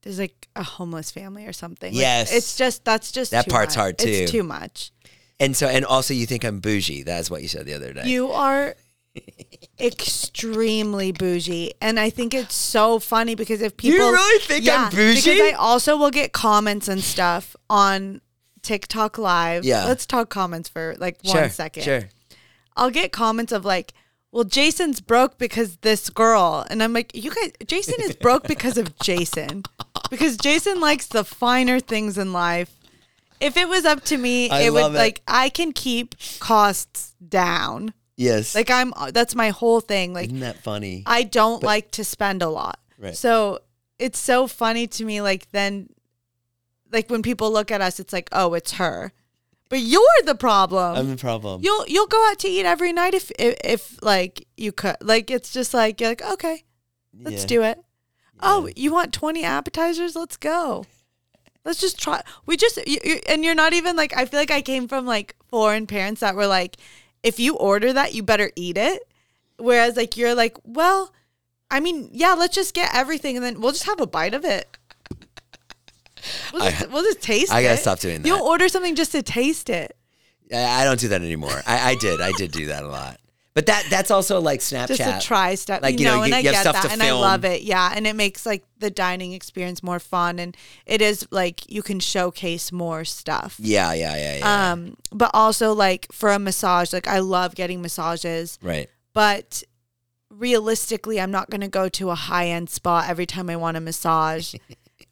[SPEAKER 2] there's like a homeless family or something. Like,
[SPEAKER 1] Yes.
[SPEAKER 2] it's just that's just
[SPEAKER 1] That
[SPEAKER 2] too
[SPEAKER 1] part's
[SPEAKER 2] much.
[SPEAKER 1] hard,
[SPEAKER 2] It's
[SPEAKER 1] too.
[SPEAKER 2] too much.
[SPEAKER 1] and so and also you think I'm bougie. That's what you said the other day.
[SPEAKER 2] You are extremely bougie, and I think it's so funny because if people
[SPEAKER 1] really think I'm bougie?
[SPEAKER 2] because I also will get comments and stuff on TikTok live.
[SPEAKER 1] Yeah.
[SPEAKER 2] Let's talk comments for like
[SPEAKER 1] sure,
[SPEAKER 2] one second.
[SPEAKER 1] Sure.
[SPEAKER 2] I'll get comments of like, well, Jason's broke because this girl. And I'm like, you guys, Jason is broke because of Jason. Because Jason likes the finer things in life. If it was up to me,
[SPEAKER 1] I
[SPEAKER 2] it
[SPEAKER 1] love
[SPEAKER 2] would
[SPEAKER 1] it.
[SPEAKER 2] like, I can keep costs down.
[SPEAKER 1] Yes.
[SPEAKER 2] Like, I'm, uh, that's my whole thing. Like,
[SPEAKER 1] isn't that funny?
[SPEAKER 2] I don't like to spend a lot.
[SPEAKER 1] Mm-hmm. Right.
[SPEAKER 2] So it's so funny to me. Like then, like when people look at us, it's like, oh, it's her, but you're the problem.
[SPEAKER 1] I'm the problem.
[SPEAKER 2] you'll you'll go out to eat every night if if, if like you could. Like it's just like you're like okay, let's
[SPEAKER 1] Yeah.
[SPEAKER 2] do it. Oh, you want twenty appetizers? Let's go. Let's just try. We just you, you, and you're not even like. I feel like I came from like foreign parents that were like, if you order that, you better eat it. Whereas like you're like, well, I mean, yeah, let's just get everything and then we'll just have a bite of it. We'll just, we'll just taste.
[SPEAKER 1] I gotta
[SPEAKER 2] it.
[SPEAKER 1] stop doing
[SPEAKER 2] You'll
[SPEAKER 1] that.
[SPEAKER 2] order something just to taste it.
[SPEAKER 1] I, I don't do that anymore. I, I did. I did do that a lot. But that that's also like Snapchat.
[SPEAKER 2] just to try stuff.
[SPEAKER 1] Like,
[SPEAKER 2] Like,
[SPEAKER 1] you
[SPEAKER 2] you
[SPEAKER 1] know,
[SPEAKER 2] know, and
[SPEAKER 1] you-
[SPEAKER 2] I
[SPEAKER 1] you have
[SPEAKER 2] get
[SPEAKER 1] stuff
[SPEAKER 2] that,
[SPEAKER 1] to
[SPEAKER 2] and
[SPEAKER 1] film.
[SPEAKER 2] I love it. Yeah, and it makes like the dining experience more fun, and it is like you can showcase more stuff.
[SPEAKER 1] Yeah, yeah, yeah, yeah.
[SPEAKER 2] Um, but also like for a massage, like I love getting massages,
[SPEAKER 1] right.
[SPEAKER 2] but realistically, I'm not going to go to a high end spa every time I want a massage.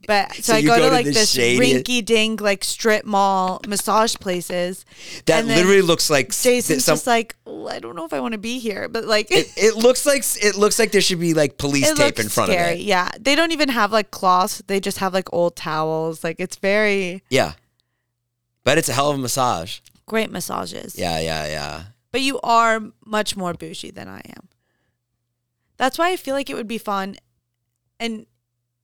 [SPEAKER 2] But so,
[SPEAKER 1] So
[SPEAKER 2] I
[SPEAKER 1] you
[SPEAKER 2] go,
[SPEAKER 1] go
[SPEAKER 2] to,
[SPEAKER 1] to
[SPEAKER 2] like
[SPEAKER 1] the
[SPEAKER 2] this
[SPEAKER 1] shadiest-
[SPEAKER 2] rinky dink like strip mall massage places.
[SPEAKER 1] That
[SPEAKER 2] and then
[SPEAKER 1] literally looks like s-
[SPEAKER 2] Jason's
[SPEAKER 1] some,
[SPEAKER 2] just like, oh, I don't know if I want to be here, but like
[SPEAKER 1] it, it looks like s- it looks like there should be like police tape in front
[SPEAKER 2] scary.
[SPEAKER 1] of it.
[SPEAKER 2] Yeah, they don't even have like cloths; they just have like old towels. Like it's very
[SPEAKER 1] Yeah. But it's a hell of a massage.
[SPEAKER 2] great massages.
[SPEAKER 1] Yeah, yeah, yeah.
[SPEAKER 2] but you are much more bougie than I am. That's why I feel like it would be fun, and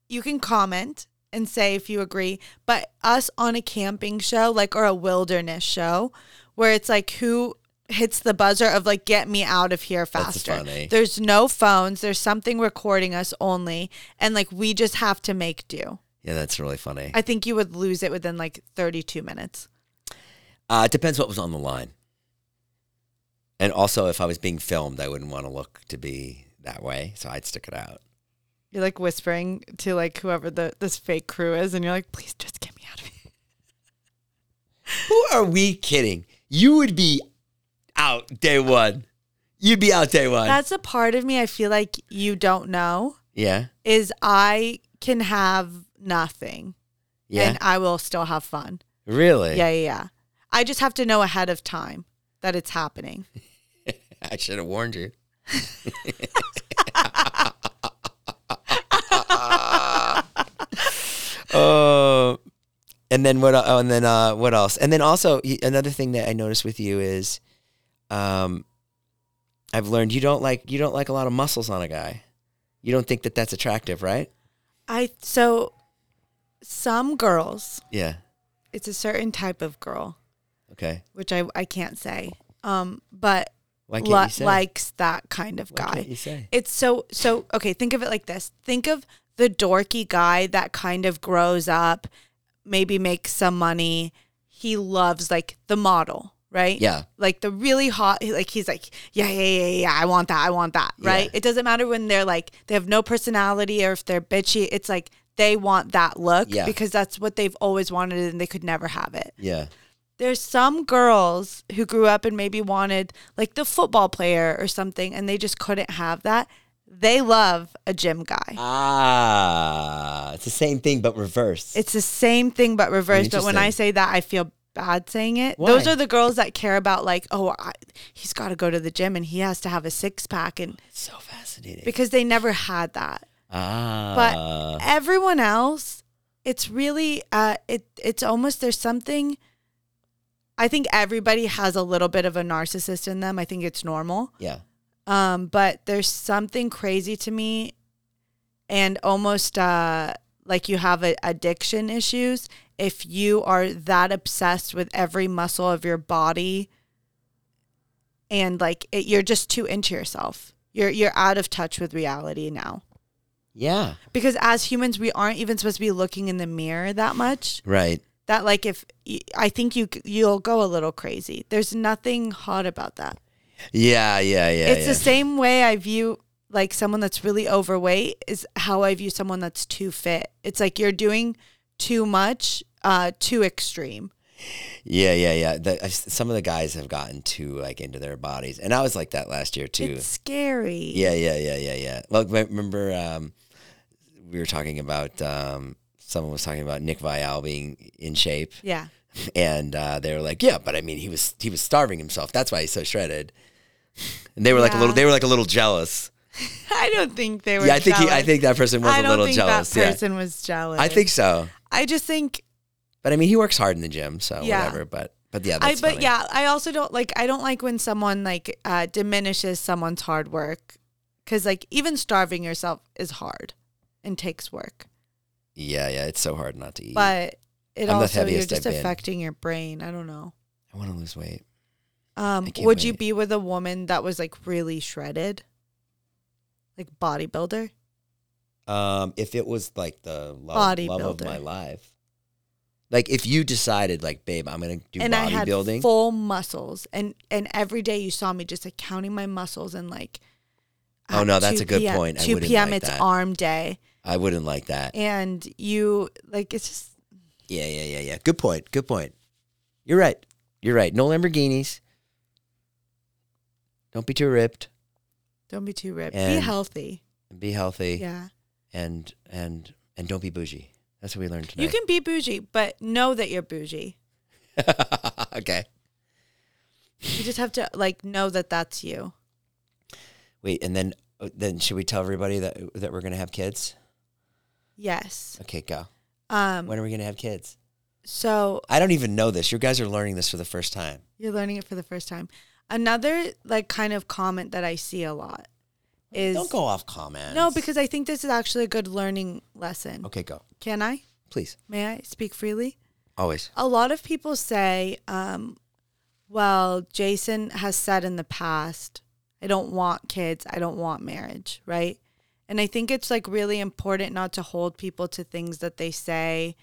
[SPEAKER 2] you can comment and say if you agree. But us on a camping show, like or a wilderness show, where it's like who hits the buzzer of like get me out of here faster.
[SPEAKER 1] funny.
[SPEAKER 2] There's no phones. There's something recording us only, and like we just have to make do.
[SPEAKER 1] Yeah, that's really funny.
[SPEAKER 2] I think you would lose it within like 32 minutes.
[SPEAKER 1] Uh, it depends what was on the line. And also, if I was being filmed, I wouldn't want to look to be that way, so I'd stick it out.
[SPEAKER 2] You're like whispering to like whoever the this fake crew is, and you're like, please just get me out of here.
[SPEAKER 1] Who are we kidding? You would be out day one. You'd be out day one.
[SPEAKER 2] That's a part of me I feel like you don't know
[SPEAKER 1] yeah,
[SPEAKER 2] is I can have nothing
[SPEAKER 1] yeah.
[SPEAKER 2] and I will still have fun.
[SPEAKER 1] really?
[SPEAKER 2] Yeah, yeah, yeah. I just have to know ahead of time that it's happening.
[SPEAKER 1] I should have warned you. uh, and then what? Oh, and then uh, what else? And then also y- another thing that I noticed with you is, um, I've learned you don't like you don't like a lot of muscles on a guy. You don't think that that's attractive, right?
[SPEAKER 2] I so some girls,
[SPEAKER 1] Yeah.
[SPEAKER 2] it's a certain type of girl,
[SPEAKER 1] Okay.
[SPEAKER 2] which I, I can't say. Um, but
[SPEAKER 1] Why can't
[SPEAKER 2] li-
[SPEAKER 1] you say?
[SPEAKER 2] likes that kind of
[SPEAKER 1] Why
[SPEAKER 2] guy.
[SPEAKER 1] can't you say?
[SPEAKER 2] It's so so okay, think of it like this. Think of the dorky guy that kind of grows up, maybe makes some money. He loves like the model, right?
[SPEAKER 1] Yeah.
[SPEAKER 2] Like the really hot like he's like, yeah, yeah, yeah, yeah, I want that. I want that, right?
[SPEAKER 1] Yeah.
[SPEAKER 2] It doesn't matter when they're like they have no personality or if they're bitchy. It's like they want that look
[SPEAKER 1] Yeah.
[SPEAKER 2] because that's what they've always wanted and they could never have it
[SPEAKER 1] Yeah.
[SPEAKER 2] there's some girls who grew up and maybe wanted like the football player or something and they just couldn't have that. They love a gym guy.
[SPEAKER 1] Ah, it's the same thing but reverse.
[SPEAKER 2] It's the same thing but reversed. But when I
[SPEAKER 1] Interesting.
[SPEAKER 2] say that, I feel bad saying it. Those
[SPEAKER 1] Why?
[SPEAKER 2] are the girls that care about like, oh, I, he's got to go to the gym and he has to have a six pack, and
[SPEAKER 1] so fascinating.
[SPEAKER 2] because they never had that. But
[SPEAKER 1] Ah.
[SPEAKER 2] everyone else, it's really, uh, it it's almost there's something. I think everybody has a little bit of a narcissist in them. I think it's normal.
[SPEAKER 1] yeah.
[SPEAKER 2] um, but there's something crazy to me and almost uh, like you have a, addiction issues if you are that obsessed with every muscle of your body and like it, you're just too into yourself you're you're out of touch with reality now
[SPEAKER 1] Yeah.
[SPEAKER 2] because as humans we aren't even supposed to be looking in the mirror that much
[SPEAKER 1] Right.
[SPEAKER 2] that like if y- i think you c- you'll go a little crazy there's nothing hot about that
[SPEAKER 1] Yeah, yeah, yeah.
[SPEAKER 2] it's the same way I view like someone that's really overweight is how I view someone that's too fit. It's like you're doing too much, uh, too extreme.
[SPEAKER 1] Yeah, yeah, yeah. The, I've- some of the guys have gotten too like into their bodies, and I was like that last year too.
[SPEAKER 2] It's scary.
[SPEAKER 1] Yeah, yeah, yeah, yeah, yeah. Look, me- remember um, we were talking about um, someone was talking about Nick Vial being in shape,
[SPEAKER 2] Yeah.
[SPEAKER 1] and uh, they were like, "Yeah, but I mean, he was he was starving himself. That's why he's so shredded." And they were like a
[SPEAKER 2] Yeah.
[SPEAKER 1] little they were like a little jealous.
[SPEAKER 2] I don't think they were.
[SPEAKER 1] yeah, I think he, I
[SPEAKER 2] jealous.
[SPEAKER 1] think that person was
[SPEAKER 2] I
[SPEAKER 1] a
[SPEAKER 2] don't
[SPEAKER 1] little
[SPEAKER 2] think
[SPEAKER 1] jealous.
[SPEAKER 2] that
[SPEAKER 1] Yeah,
[SPEAKER 2] person was jealous.
[SPEAKER 1] I think so.
[SPEAKER 2] I just think
[SPEAKER 1] But I mean, he works hard in the gym, so
[SPEAKER 2] Yeah.
[SPEAKER 1] whatever. But but yeah,
[SPEAKER 2] I
[SPEAKER 1] that's
[SPEAKER 2] but
[SPEAKER 1] funny.
[SPEAKER 2] yeah, I also don't like I don't like when someone like uh diminishes someone's hard work cuz like even starving yourself is hard and takes work.
[SPEAKER 1] yeah, yeah. It's so hard not to eat.
[SPEAKER 2] But it
[SPEAKER 1] the
[SPEAKER 2] also you're
[SPEAKER 1] heaviest I've
[SPEAKER 2] just
[SPEAKER 1] been.
[SPEAKER 2] affecting your brain. I don't know.
[SPEAKER 1] I want to lose weight.
[SPEAKER 2] Um
[SPEAKER 1] can't
[SPEAKER 2] would you
[SPEAKER 1] wait.
[SPEAKER 2] be with a woman that was like really shredded? Like bodybuilder?
[SPEAKER 1] Um, if it was like the love,
[SPEAKER 2] Bodybuilder.
[SPEAKER 1] love of my life, like if you decided, like, babe, I'm gonna do
[SPEAKER 2] and I had
[SPEAKER 1] bodybuilding.
[SPEAKER 2] full muscles and and every day you saw me just like counting my muscles and like
[SPEAKER 1] Oh,
[SPEAKER 2] at
[SPEAKER 1] no, that's
[SPEAKER 2] 2
[SPEAKER 1] a good
[SPEAKER 2] PM
[SPEAKER 1] point. I
[SPEAKER 2] 2
[SPEAKER 1] wouldn't
[SPEAKER 2] p.m.
[SPEAKER 1] like
[SPEAKER 2] it's
[SPEAKER 1] that.
[SPEAKER 2] arm day.
[SPEAKER 1] I wouldn't like that.
[SPEAKER 2] and you like it's just
[SPEAKER 1] Yeah, yeah, yeah, yeah. Good point. Good point. You're right. You're right. No Lamborghinis. Don't be too ripped.
[SPEAKER 2] don't be too ripped. be
[SPEAKER 1] And-
[SPEAKER 2] healthy.
[SPEAKER 1] Be healthy.
[SPEAKER 2] Yeah.
[SPEAKER 1] And and and don't be bougie. That's what we learned
[SPEAKER 2] You
[SPEAKER 1] tonight.
[SPEAKER 2] can be bougie, but know that you're bougie.
[SPEAKER 1] okay.
[SPEAKER 2] You just have to like know that that's you.
[SPEAKER 1] Wait, and then uh, then should we tell everybody that that we're gonna have kids?
[SPEAKER 2] Yes.
[SPEAKER 1] Okay, go.
[SPEAKER 2] Um
[SPEAKER 1] When are we gonna have kids?
[SPEAKER 2] so
[SPEAKER 1] I don't even know this. You guys are learning this for the first time.
[SPEAKER 2] you're learning it for the first time. Another like kind of comment that I see a lot is
[SPEAKER 1] Don't go off comments.
[SPEAKER 2] No, because I think this is actually a good learning lesson.
[SPEAKER 1] Okay, go.
[SPEAKER 2] Can I?
[SPEAKER 1] Please.
[SPEAKER 2] May I speak freely?
[SPEAKER 1] Always.
[SPEAKER 2] A lot of people say, um, well, Jason has said in the past, I don't want kids, I don't want marriage, right? And I think it's like really important not to hold people to things that they say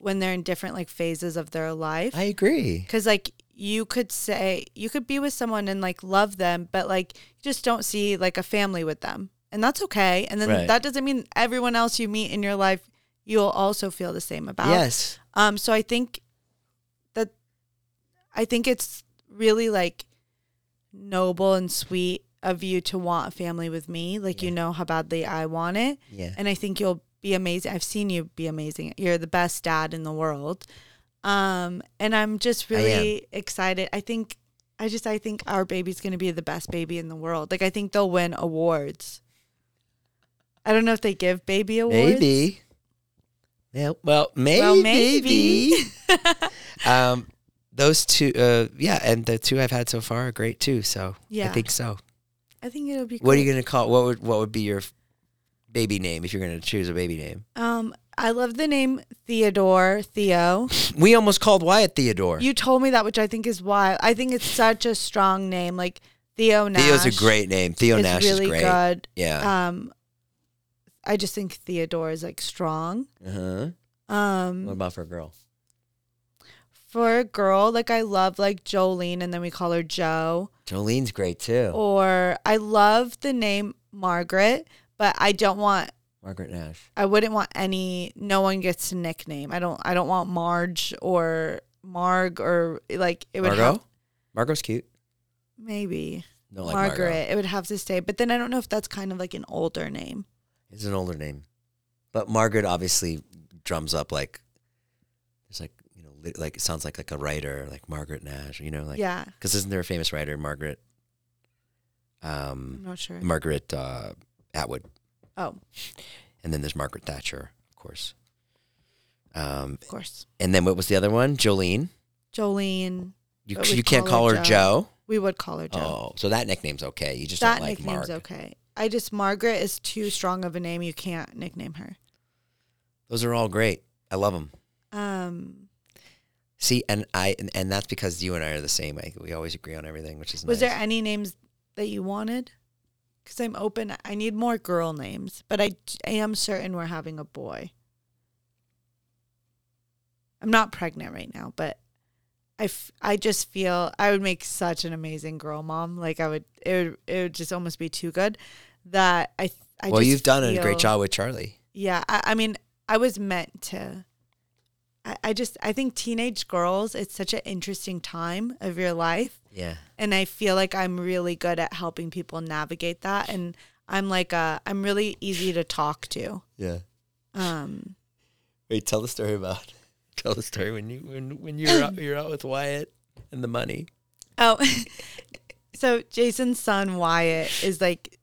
[SPEAKER 2] when they're in different like phases of their life.
[SPEAKER 1] I agree.
[SPEAKER 2] Cause like you could say, you could be with someone and like love them, but like you just don't see like a family with them. And that's okay. And then
[SPEAKER 1] Right.
[SPEAKER 2] that doesn't mean everyone else you meet in your life, you'll also feel the same about.
[SPEAKER 1] Yes.
[SPEAKER 2] Um, so I think that I think it's really like noble and sweet of you to want a family with me. Like you know how badly I want it.
[SPEAKER 1] Yeah.
[SPEAKER 2] And I think you'll be amazing. I've seen you be amazing. You're the best dad in the world. Um, and I'm just
[SPEAKER 1] am.
[SPEAKER 2] really excited. I think I just I think our baby's gonna be the best baby in the world. Like I think they'll win awards. I don't know if they give baby awards.
[SPEAKER 1] Maybe. Yeah. Well, maybe.
[SPEAKER 2] Well, maybe.
[SPEAKER 1] um, those two. Uh, yeah, and the two I've had so far are great too. So I
[SPEAKER 2] Yeah.
[SPEAKER 1] think so.
[SPEAKER 2] I think it'll be.
[SPEAKER 1] What are
[SPEAKER 2] great.
[SPEAKER 1] you gonna call? What would what would be your f- baby name if you're gonna choose a baby name?
[SPEAKER 2] Um, I love the name Theodore Theo.
[SPEAKER 1] We almost called Wyatt Theodore.
[SPEAKER 2] You told me that, which I think is why I think it's such a strong name. Like Theo Nash.
[SPEAKER 1] Theo's a great name. Theo
[SPEAKER 2] is
[SPEAKER 1] Nash
[SPEAKER 2] really
[SPEAKER 1] is great.
[SPEAKER 2] good.
[SPEAKER 1] Yeah.
[SPEAKER 2] Um, I just think Theodore is like strong.
[SPEAKER 1] Uh-huh. What
[SPEAKER 2] Um,
[SPEAKER 1] about for a girl?
[SPEAKER 2] for a girl, like I love like Jolene, and then we call her Joe.
[SPEAKER 1] Jolene's great too.
[SPEAKER 2] Oh. Or I love the name Margaret, but I don't want.
[SPEAKER 1] Margaret Nash.
[SPEAKER 2] I wouldn't want any. No one gets a nickname. I don't. I don't want Marge or Marg or like it would.
[SPEAKER 1] Margot.
[SPEAKER 2] have-
[SPEAKER 1] Margot's cute.
[SPEAKER 2] Maybe
[SPEAKER 1] No, like Margaret.
[SPEAKER 2] Margaret. It would have to stay, but then I don't know if that's kind of like an older name.
[SPEAKER 1] It's an older name, but Margaret obviously drums up like it's like you know lit, like it sounds like like a writer like Margaret Nash. You know like
[SPEAKER 2] yeah,
[SPEAKER 1] because isn't there a famous writer Margaret?
[SPEAKER 2] I'm
[SPEAKER 1] Um,
[SPEAKER 2] not sure.
[SPEAKER 1] Margaret uh, Atwood,
[SPEAKER 2] oh,
[SPEAKER 1] and then there's Margaret Thatcher, of course. Um,
[SPEAKER 2] of course,
[SPEAKER 1] and then what was the other one? Jolene.
[SPEAKER 2] Jolene.
[SPEAKER 1] You
[SPEAKER 2] But we
[SPEAKER 1] you can't
[SPEAKER 2] call
[SPEAKER 1] call
[SPEAKER 2] her
[SPEAKER 1] her, Joe.
[SPEAKER 2] We would call her Joe.
[SPEAKER 1] Oh, so that nickname's okay. You just
[SPEAKER 2] that
[SPEAKER 1] don't like
[SPEAKER 2] nickname's
[SPEAKER 1] Marg.
[SPEAKER 2] okay. I just Margaret is too strong of a name. You can't nickname her.
[SPEAKER 1] Those are all great. I love them.
[SPEAKER 2] Um,
[SPEAKER 1] See, and I and, and that's because you and I are the same. I, we always agree on everything, which is
[SPEAKER 2] was
[SPEAKER 1] nice.
[SPEAKER 2] there any names that you wanted? Because I'm open. I need more girl names, but I, I am certain we're having a boy. I'm not pregnant right now, but I, f- I just feel I would make such an amazing girl mom. Like I would, it would, it would just almost be too good that I. I
[SPEAKER 1] well,
[SPEAKER 2] just
[SPEAKER 1] you've done a
[SPEAKER 2] feel-
[SPEAKER 1] great job with Charlie.
[SPEAKER 2] Yeah, I, I mean, I was meant to I, I just I think teenage girls, it's such an interesting time of your life.
[SPEAKER 1] Yeah.
[SPEAKER 2] And I feel like I'm really good at helping people navigate that. And I'm like uh I'm really easy to talk to.
[SPEAKER 1] Yeah.
[SPEAKER 2] Um
[SPEAKER 1] Wait, tell the story about tell the story when you when when you're out, you're out with Wyatt and the money.
[SPEAKER 2] Oh, so Jason's son Wyatt is like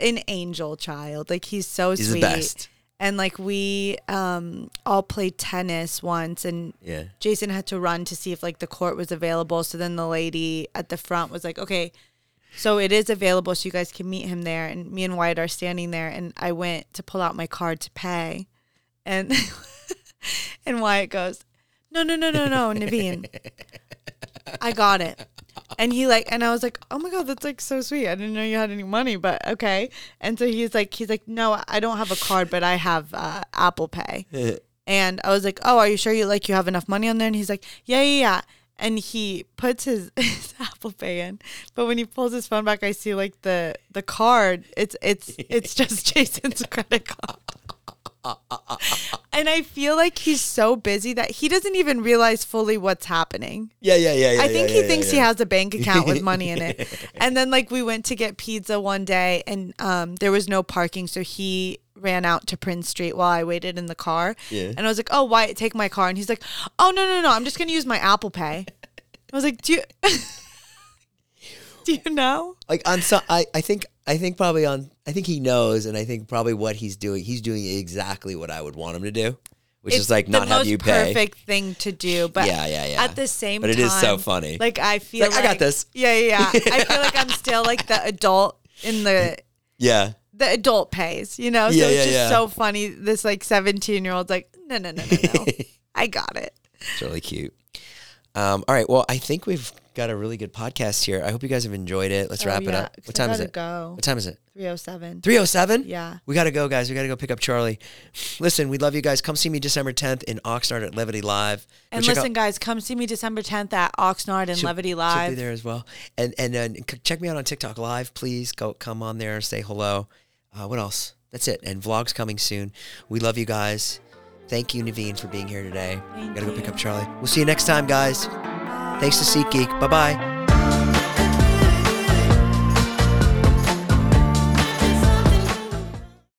[SPEAKER 2] an angel child. Like he's so
[SPEAKER 1] He's
[SPEAKER 2] sweet,
[SPEAKER 1] the best.
[SPEAKER 2] and like we um all played tennis once, and
[SPEAKER 1] Yeah.
[SPEAKER 2] Jason had to run to see if like the court was available. So then the lady at the front was like, "Okay, so it is available, so you guys can meet him there." And me and Wyatt are standing there, and I went to pull out my card to pay, and and Wyatt goes, "No, no, no, no, no, Naveen, I got it." And he like, and I was like, "Oh my god, that's like so sweet. I didn't know you had any money, but okay." And so he's like, he's like, "No, I don't have a card, but I have uh, Apple Pay." And I was like, "Oh, are you sure you like you have enough money on there?" And he's like, "Yeah, yeah, yeah." And he puts his, his Apple Pay in, but when he pulls his phone back, I see like the the card. It's it's it's just Jason's credit card. and I feel like he's so busy that he doesn't even realize fully what's happening.
[SPEAKER 1] Yeah, yeah, yeah, yeah.
[SPEAKER 2] I think
[SPEAKER 1] yeah,
[SPEAKER 2] he
[SPEAKER 1] yeah,
[SPEAKER 2] thinks
[SPEAKER 1] yeah.
[SPEAKER 2] he has a bank account with money in it. And then like we went to get pizza one day and um there was no parking so he ran out to Prince Street while I waited in the car.
[SPEAKER 1] Yeah.
[SPEAKER 2] And I was like, "Oh, Wyatt, take my car." And he's like, "Oh, no, no, no. I'm just going to use my Apple Pay." I was like, "Do you Do you know?"
[SPEAKER 1] like on some I, I think I think probably on I think he knows and I think probably what he's doing he's doing exactly what I would want him to do, which
[SPEAKER 2] It's
[SPEAKER 1] is like not
[SPEAKER 2] the
[SPEAKER 1] have
[SPEAKER 2] most
[SPEAKER 1] you pay.
[SPEAKER 2] perfect thing to do, but
[SPEAKER 1] Yeah, yeah, yeah.
[SPEAKER 2] at the same
[SPEAKER 1] But
[SPEAKER 2] time
[SPEAKER 1] it is so funny.
[SPEAKER 2] Like I feel
[SPEAKER 1] like, "I got this."
[SPEAKER 2] Yeah, yeah, yeah. I feel like I'm still like the adult in the
[SPEAKER 1] yeah.
[SPEAKER 2] the adult pays, you know?
[SPEAKER 1] Yeah,
[SPEAKER 2] so it's
[SPEAKER 1] yeah,
[SPEAKER 2] just
[SPEAKER 1] yeah.
[SPEAKER 2] so funny. This like 17 year old's like, no, no, no, no, no. I got it.
[SPEAKER 1] It's really cute. Um, all right. Well, I think we've got a really good podcast here. I hope you guys have enjoyed it.
[SPEAKER 2] Oh,
[SPEAKER 1] Let's wrap it up. What time is it?
[SPEAKER 2] Go.
[SPEAKER 1] What time is it?
[SPEAKER 2] 307.
[SPEAKER 1] 307?
[SPEAKER 2] Yeah.
[SPEAKER 1] We got to go, guys. We got to go pick up Charlie. Listen, we love you guys. Come see me December 10th in Oxnard at Levity Live. Go
[SPEAKER 2] And
[SPEAKER 1] check
[SPEAKER 2] listen,
[SPEAKER 1] out-
[SPEAKER 2] guys, come see me December 10th at Oxnard and
[SPEAKER 1] she'll-
[SPEAKER 2] Levity
[SPEAKER 1] she'll
[SPEAKER 2] Live.
[SPEAKER 1] be there as well. And, and then c- check me out on TikTok Live, please. Go Come on there and say hello. Uh, what else? That's it. And vlog's coming soon. We love you guys. Thank you, Naveen, for being here today.
[SPEAKER 2] Thank
[SPEAKER 1] gotta go pick
[SPEAKER 2] you.
[SPEAKER 1] up Charlie. We'll see you next time, guys. Thanks to SeatGeek. Bye bye.